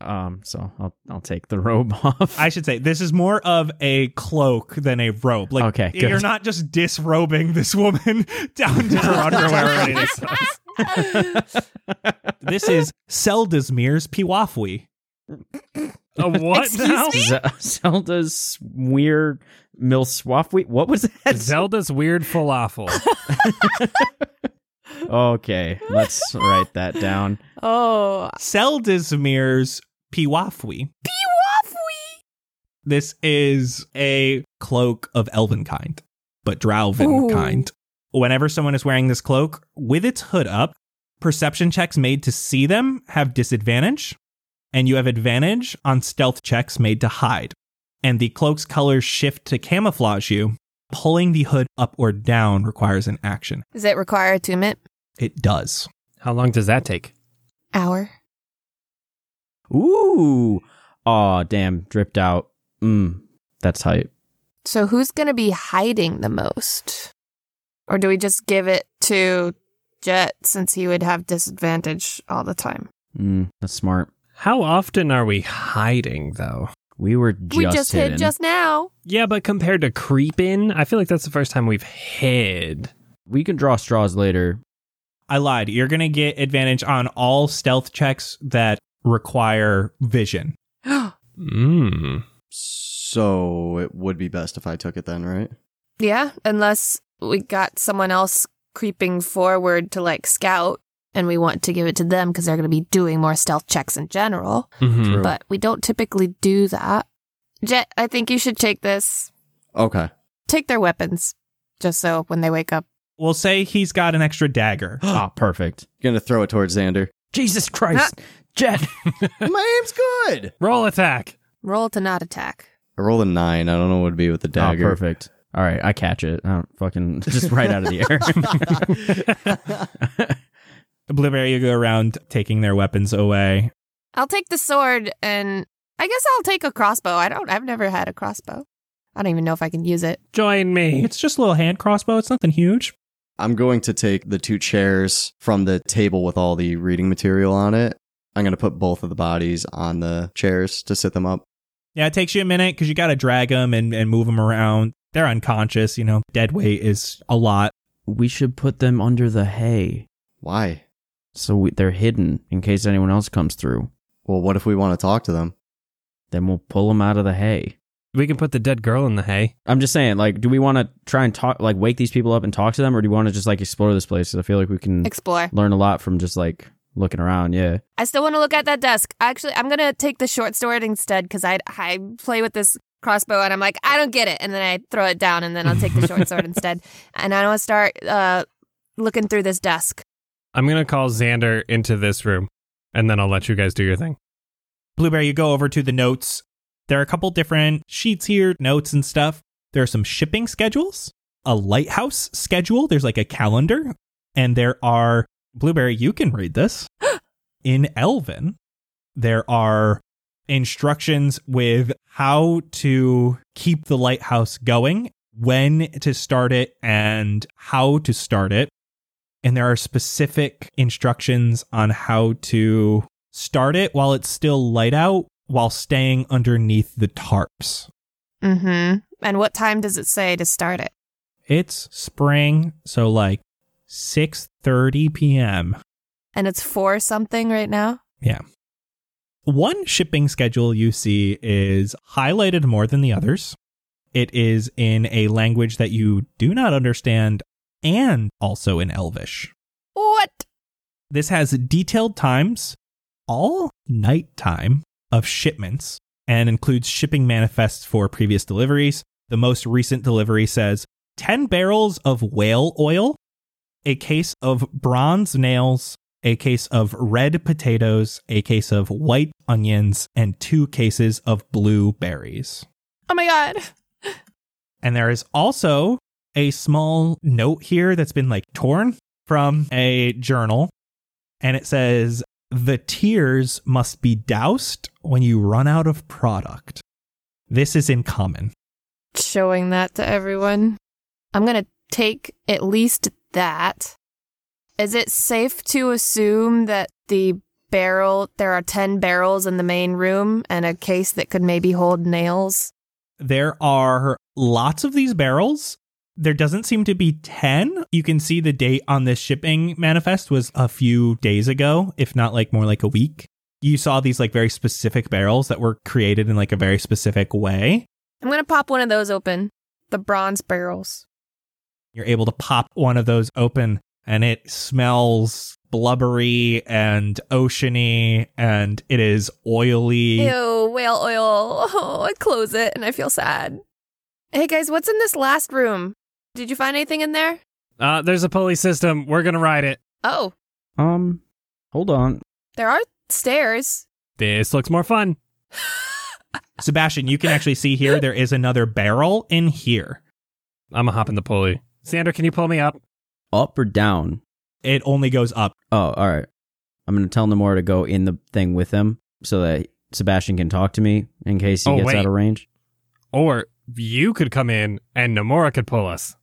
S7: Um, so I'll I'll take the robe off.
S5: I should say this is more of a cloak than a robe. Like
S7: Okay, good.
S5: you're not just disrobing this woman down to her underwear or anything. this is Seldasmir's Piwafwi.
S2: A what now?
S7: Z- Zelda's weird mil swap. Wait, what was that?
S2: Zelda's weird falafel.
S7: okay, let's write that down.
S6: Oh.
S5: Seldasmir's Piwafwi.
S6: Piwafwi.
S5: This is a cloak of elven kind, but drowven
S6: Ooh.
S5: kind. Whenever someone is wearing this cloak with its hood up, perception checks made to see them have disadvantage, and you have advantage on stealth checks made to hide. And the cloak's colors shift to camouflage you. Pulling the hood up or down requires an action.
S6: Does it require attunement?
S5: It does.
S2: How long does that take?
S6: Hour.
S7: Ooh, oh damn, dripped out. Mm, that's hype.
S6: So who's going to be hiding the most? Or do we just give it to Jet since he would have disadvantage all the time?
S7: Mm, that's smart.
S2: How often are we hiding though?
S7: We were just
S6: we just
S7: hidden.
S6: hid just now.
S2: Yeah, but compared to creeping, I feel like that's the first time we've hid.
S7: we can draw straws later.
S5: I lied. You're going to get advantage on all stealth checks that require vision.
S2: Mmm.
S4: So it would be best if I took it then, right?
S6: Yeah, unless we got someone else creeping forward to like scout and we want to give it to them because they're going to be doing more stealth checks in general.
S7: Mm-hmm.
S2: Mhm.
S6: But we don't typically do that. Jet, I think you should take this.
S4: Okay.
S6: Take their weapons just so when they wake up.
S5: We'll say he's got an extra dagger.
S7: Ah, perfect.
S4: Gonna throw it towards Xander.
S7: Jesus Christ, Jet.
S4: My aim's good.
S2: Roll attack.
S6: Roll to not attack.
S4: I rolled a nine. I don't know what it'd be with the
S7: Ah,
S4: dagger.
S7: perfect. All right, I catch it. I don't fucking just right out of the air.
S5: Blueberry, you go around taking their weapons away.
S6: I'll take the sword and I guess I'll take a crossbow. I don't I've never had a crossbow. I don't even know if I can use it.
S2: Join me.
S5: It's just a little hand crossbow. It's nothing huge.
S4: I'm going to take the two chairs from the table with all the reading material on it. I'm going to put both of the bodies on the chairs to sit them up.
S5: Yeah, it takes you a minute because you got to drag them and, and move them around. They're unconscious, you know, dead weight is a lot.
S7: We should put them under the hay
S4: Why?
S7: so we, they're hidden in case anyone else comes through.
S4: Well, what if we want to talk to them?
S7: Then we'll pull them out of the hay.
S2: We can put the dead girl in the hay.
S7: I'm just saying, like, do we want to try and talk, like, wake these people up and talk to them, or do you want to just like explore this place? 'Cause I feel like we can
S6: Explore.
S7: learn a lot from just like looking around. Yeah,
S6: I still want to look at that desk. Actually, I'm gonna take the short sword instead because I I play with this crossbow and I'm like I don't get it, and then I throw it down, and then I'll take the short sword instead, and I want to start uh, looking through this desk.
S2: I'm gonna call Xander into this room, and then I'll let you guys do your thing.
S5: Blueberry, you go over to the notes. There are a couple different sheets here, notes and stuff. There are some shipping schedules, a lighthouse schedule. There's like a calendar. And there are, Blueberry, you can read this. In Elven, there are instructions with how to keep the lighthouse going, when to start it, and how to start it. And there are specific instructions on how to start it while it's still light out while staying underneath the tarps.
S6: Mm-hmm. And what time does it say to start it?
S5: It's spring, so like 6:30 p.m.
S6: And it's four something right now.
S5: One shipping schedule you see is highlighted more than the others. It is in a language that you do not understand and also in Elvish.
S6: What?
S5: This has detailed times, all nighttime of shipments, and includes shipping manifests for previous deliveries. The most recent delivery says 10 barrels of whale oil, a case of bronze nails, a case of red potatoes, a case of white onions, and two cases of blueberries.
S6: Oh my god.
S5: And there is also a small note here that's been like torn from a journal. And it says, The tears must be doused when you run out of product. This is in common.
S6: Showing that to everyone. I'm gonna take at least that. Is it safe to assume that the barrel there are 10 barrels in the main room and a case that could maybe hold nails?
S5: There are lots of these barrels. There doesn't seem to be 10. You can see the date on this shipping manifest was a few days ago, if not like more like a week. You saw these like very specific barrels that were created in like a very specific way.
S6: I'm gonna pop one of those open. The bronze barrels.
S5: you're able to pop one of those open and it smells blubbery and oceany and it is oily.
S6: Ew, whale oil. Oh, I close it and I feel sad. Hey guys, what's in this last room? Did you find anything in there?
S2: Uh, there's a pulley system. We're gonna ride it.
S6: Oh,
S7: Um, hold on.
S6: there are stairs.
S2: This looks more fun.
S5: Sebastian, you can actually see here there is another barrel in here.
S2: I'm gonna hop in the pulley. Xander, can you pull me up?
S7: Up or down?
S5: It only goes up.
S7: Oh, all right. I'm gonna tell Namora to go in the thing with him so that Sebastian can talk to me in case he
S2: Oh,
S7: gets
S2: wait.
S7: out of range.
S2: Or you could come in and Namora could pull us.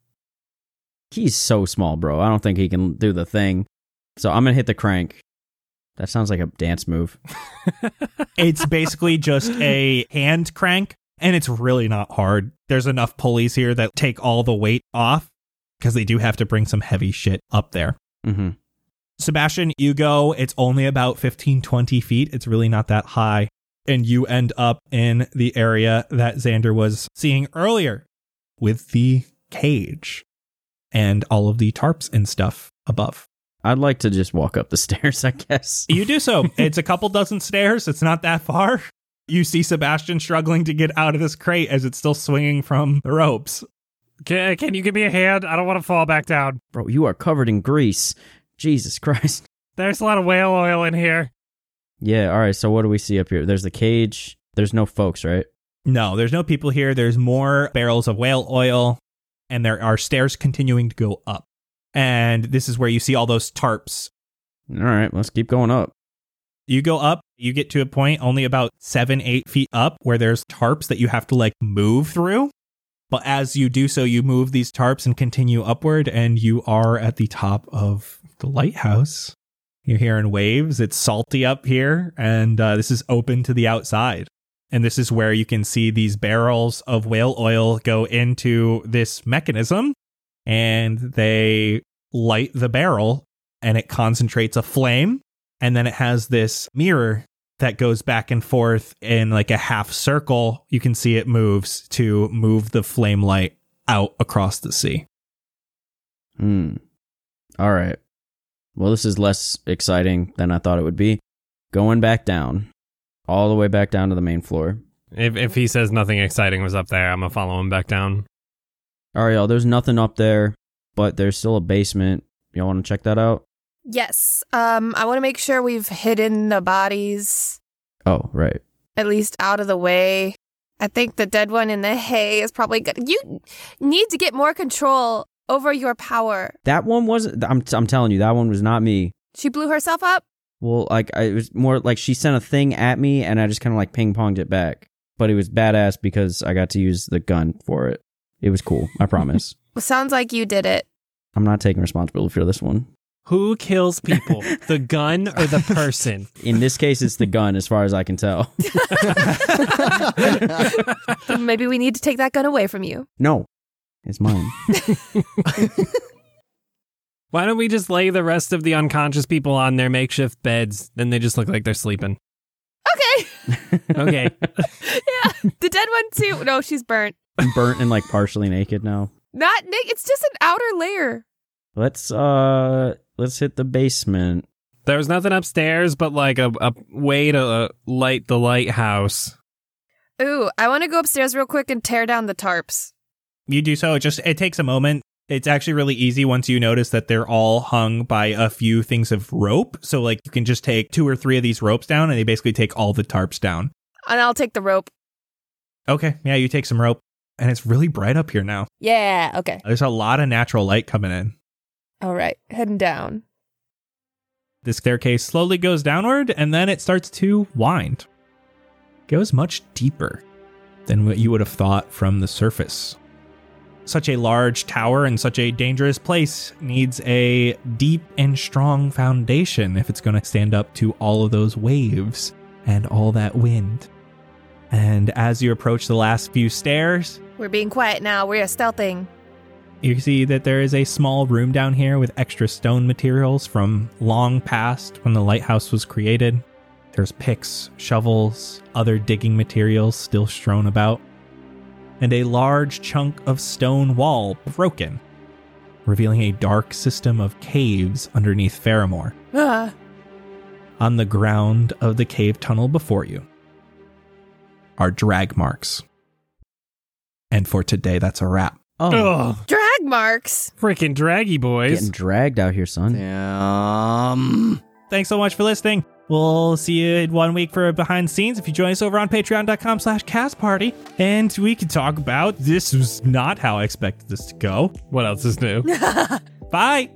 S7: He's so small, bro. I don't think he can do the thing. So I'm gonna hit the crank. That sounds like a dance move.
S5: It's basically just a hand crank and it's really not hard. There's enough pulleys here that take all the weight off because they do have to bring some heavy shit up there.
S7: Mm-hmm.
S5: Sebastian, you go, it's only about 15, 20 feet. It's really not that high. And you end up in the area that Xander was seeing earlier with the cage and all of the tarps and stuff above.
S7: I'd like to just walk up the stairs, I guess.
S5: You do so. it's a couple dozen stairs, it's not that far. You see Sebastian struggling to get out of this crate as it's still swinging from the ropes.
S2: Can, Uh, can you give me a hand? I don't want to fall back down.
S7: Bro, you are covered in grease. Jesus Christ.
S2: There's a lot of whale oil in here.
S7: Yeah, all right. So what do we see up here? There's the cage. There's no folks, right?
S5: No, there's no people here. There's more barrels of whale oil, and there are stairs continuing to go up. And this is where you see all those tarps.
S7: All right, let's keep going up.
S5: You go up, you get to a point only about seven, eight feet up where there's tarps that you have to like move through. But as you do so, you move these tarps and continue upward, and you are at the top of the lighthouse. You're hearing waves. It's salty up here, and uh, this is open to the outside. And this is where you can see these barrels of whale oil go into this mechanism, and they light the barrel, and it concentrates a flame. And then it has this mirror that goes back and forth in like a half circle. You can see it moves to move the flame light out across the sea.
S7: Hmm. All right. Well, this is less exciting than I thought it would be. Going back down, all the way back down to the main floor.
S2: If, if he says nothing exciting was up there, I'm gonna follow him back down.
S7: All right, y'all. There's nothing up there, but there's still a basement. Y'all want to check that out?
S6: Yes. Um, I want to make sure we've hidden the bodies
S7: Oh, right.
S6: at least out of the way. I think the dead one in the hay is probably good. You need to get more control over your power.
S7: That one wasn't. I'm I'm telling you, that one was not me.
S6: She blew herself up.
S7: Well, like I, it was more like she sent a thing at me, and I just kind of like ping ponged it back. But it was badass because I got to use the gun for it. It was cool. I promise.
S6: Well, sounds like you did it.
S7: I'm not taking responsibility for this one.
S2: Who kills people, the gun or the person?
S7: In this case, it's the gun, as far as I can tell.
S6: Then Maybe we need to take that gun away from you.
S7: No, it's mine.
S2: Why don't we just lay the rest of the unconscious people on their makeshift beds? Then they just look like they're sleeping.
S6: Okay.
S2: Okay.
S6: yeah. The dead one too. No, she's burnt.
S7: I'm burnt and like partially naked now.
S6: Not Nick. It's just an outer layer.
S7: Let's uh, let's hit the basement.
S2: there was nothing upstairs but like a, a way to uh, light the lighthouse.
S6: Ooh, I want to go upstairs real quick and tear down the tarps.
S5: You do so. It just it takes a moment. It's actually really easy once you notice that they're all hung by a few things of rope. So like you can just take two or three of these ropes down, and they basically take all the tarps down.
S6: And I'll take the rope.
S5: Okay, yeah, you take some rope, and it's really bright up here now.
S6: Yeah. Okay.
S5: There's a lot of natural light coming in.
S6: All right. Heading down.
S5: The staircase slowly goes downward and then it starts to wind. Goes much deeper than what you would have thought from the surface. Such a large tower in such a dangerous place needs a deep and strong foundation if it's going to stand up to all of those waves and all that wind. And as you approach the last few stairs,
S6: We're being quiet now. We're stealthing.
S5: you see that there is a small room down here with extra stone materials from long past when the lighthouse was created. There's picks, shovels, other digging materials still strewn about, and a large chunk of stone wall broken, revealing a dark system of caves underneath Faramore
S6: Ah.
S5: on the ground of the cave tunnel before you are drag marks. And for today, that's a wrap.
S7: Oh,
S6: Drag marks.
S2: Freaking draggy boys.
S7: getting dragged out here, son.
S4: Damn.
S5: Thanks so much for listening. We'll see you in one week for behind the scenes. If you join us over on patreon.com slash cast party, and we can talk about this was not how I expected this to go.
S2: What else is new?
S5: Bye.
S4: Bye.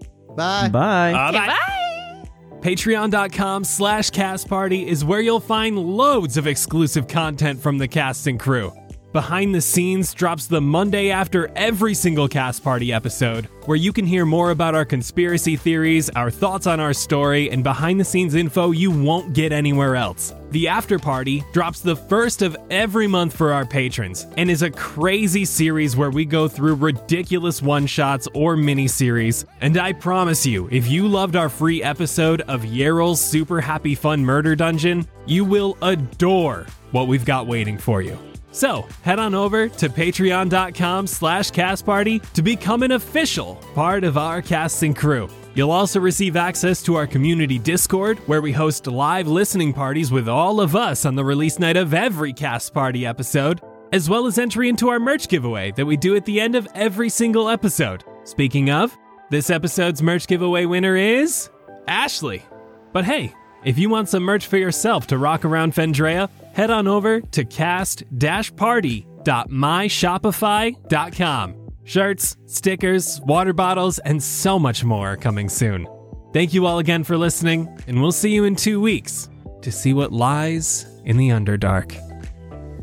S7: Bye.
S2: Patreon.com slash cast party is where you'll find loads of exclusive content from the cast and crew. Behind the Scenes drops the Monday after every single cast party episode, where you can hear more about our conspiracy theories, our thoughts on our story, and behind the scenes info you won't get anywhere else. The After Party drops the first of every month for our patrons and is a crazy series where we go through ridiculous one shots or mini series. And I promise you, if you loved our free episode of Yarrel's Super Happy Fun Murder Dungeon, you will adore what we've got waiting for you. So head on over to patreon.com slash castparty to become an official part of our casting crew. You'll also receive access to our community Discord, where we host live listening parties with all of us on the release night of every Cast Party episode, as well as entry into our merch giveaway that we do at the end of every single episode. Speaking of, this episode's merch giveaway winner is Ashley. But hey, if you want some merch for yourself to rock around Fendrea, head on over to cast-party.myshopify.com. Shirts, stickers, water bottles, and so much more are coming soon. Thank you all again for listening, and we'll see you in two weeks to see what lies in the Underdark.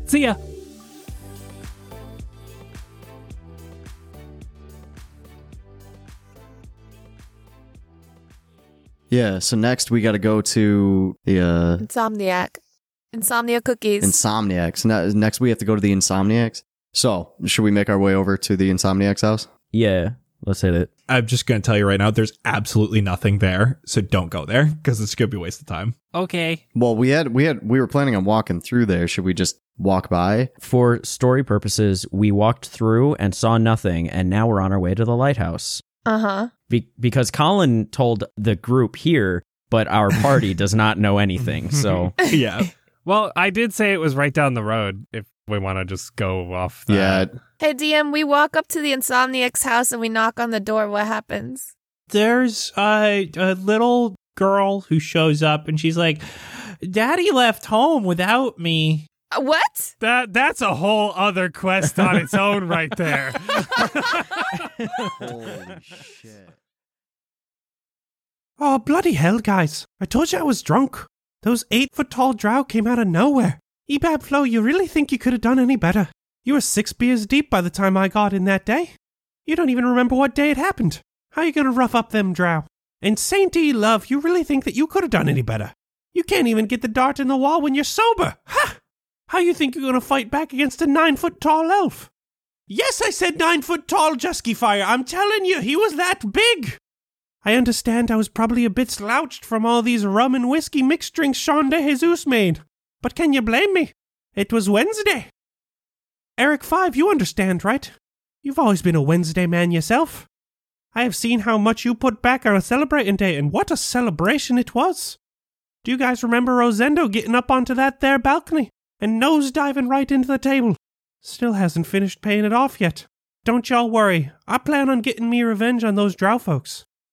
S2: See ya!
S4: Yeah, so next we got to go to the uh,
S6: Insomniac. Insomnia cookies.
S4: Insomniacs. Ne- Next, we have to go to the Insomniacs. So, should we make our way over to the Insomniacs house?
S7: Yeah, let's hit it.
S5: I'm just going to tell you right now, there's absolutely nothing there. So don't go there because it's going to be a waste of time.
S12: Okay.
S4: Well, we had we had we were planning on walking through there. Should we just walk by?
S7: For story purposes, we walked through and saw nothing, and now we're on our way to the lighthouse.
S6: Uh huh.
S7: Be- because Colin told the group here, but our party does not know anything. So
S5: yeah.
S2: Well, I did say it was right down the road if we want to just go off the
S4: yeah,
S6: Hey, DM, we walk up to the Insomniac's house and we knock on the door. What happens?
S5: There's uh, a little girl who shows up and she's like, Daddy left home without me.
S6: Uh, What?
S2: That that's a whole other quest on its own right there.
S4: Holy shit.
S3: Oh, bloody hell, guys. I told you I was drunk. Those eight foot tall drow came out of nowhere. Ebab Flo, you really think you could have done any better? You were six beers deep by the time I got in that day. You don't even remember what day it happened. How you going to rough up them drow? And Saint E Love, you really think that you could have done any better? You can't even get the dart in the wall when you're sober. Ha! How you think you're going to fight back against a nine foot tall elf? Yes, I said nine foot tall Jusky Fire. I'm telling you, he was that big. I understand I was probably a bit slouched from all these rum and whiskey mixed drinks Sean de Jesus made. But can you blame me? It was Wednesday. Eric Five, you understand, right? You've always been a Wednesday man yourself. I have seen how much you put back on a celebrating day, and what a celebration it was. Do you guys remember Rosendo getting up onto that there balcony and nose diving right into the table? Still hasn't finished paying it off yet. Don't y'all worry. I plan on getting me revenge on those drow folks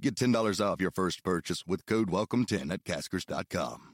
S1: Get $10 off your first purchase with code WELCOME10 at caskers.com.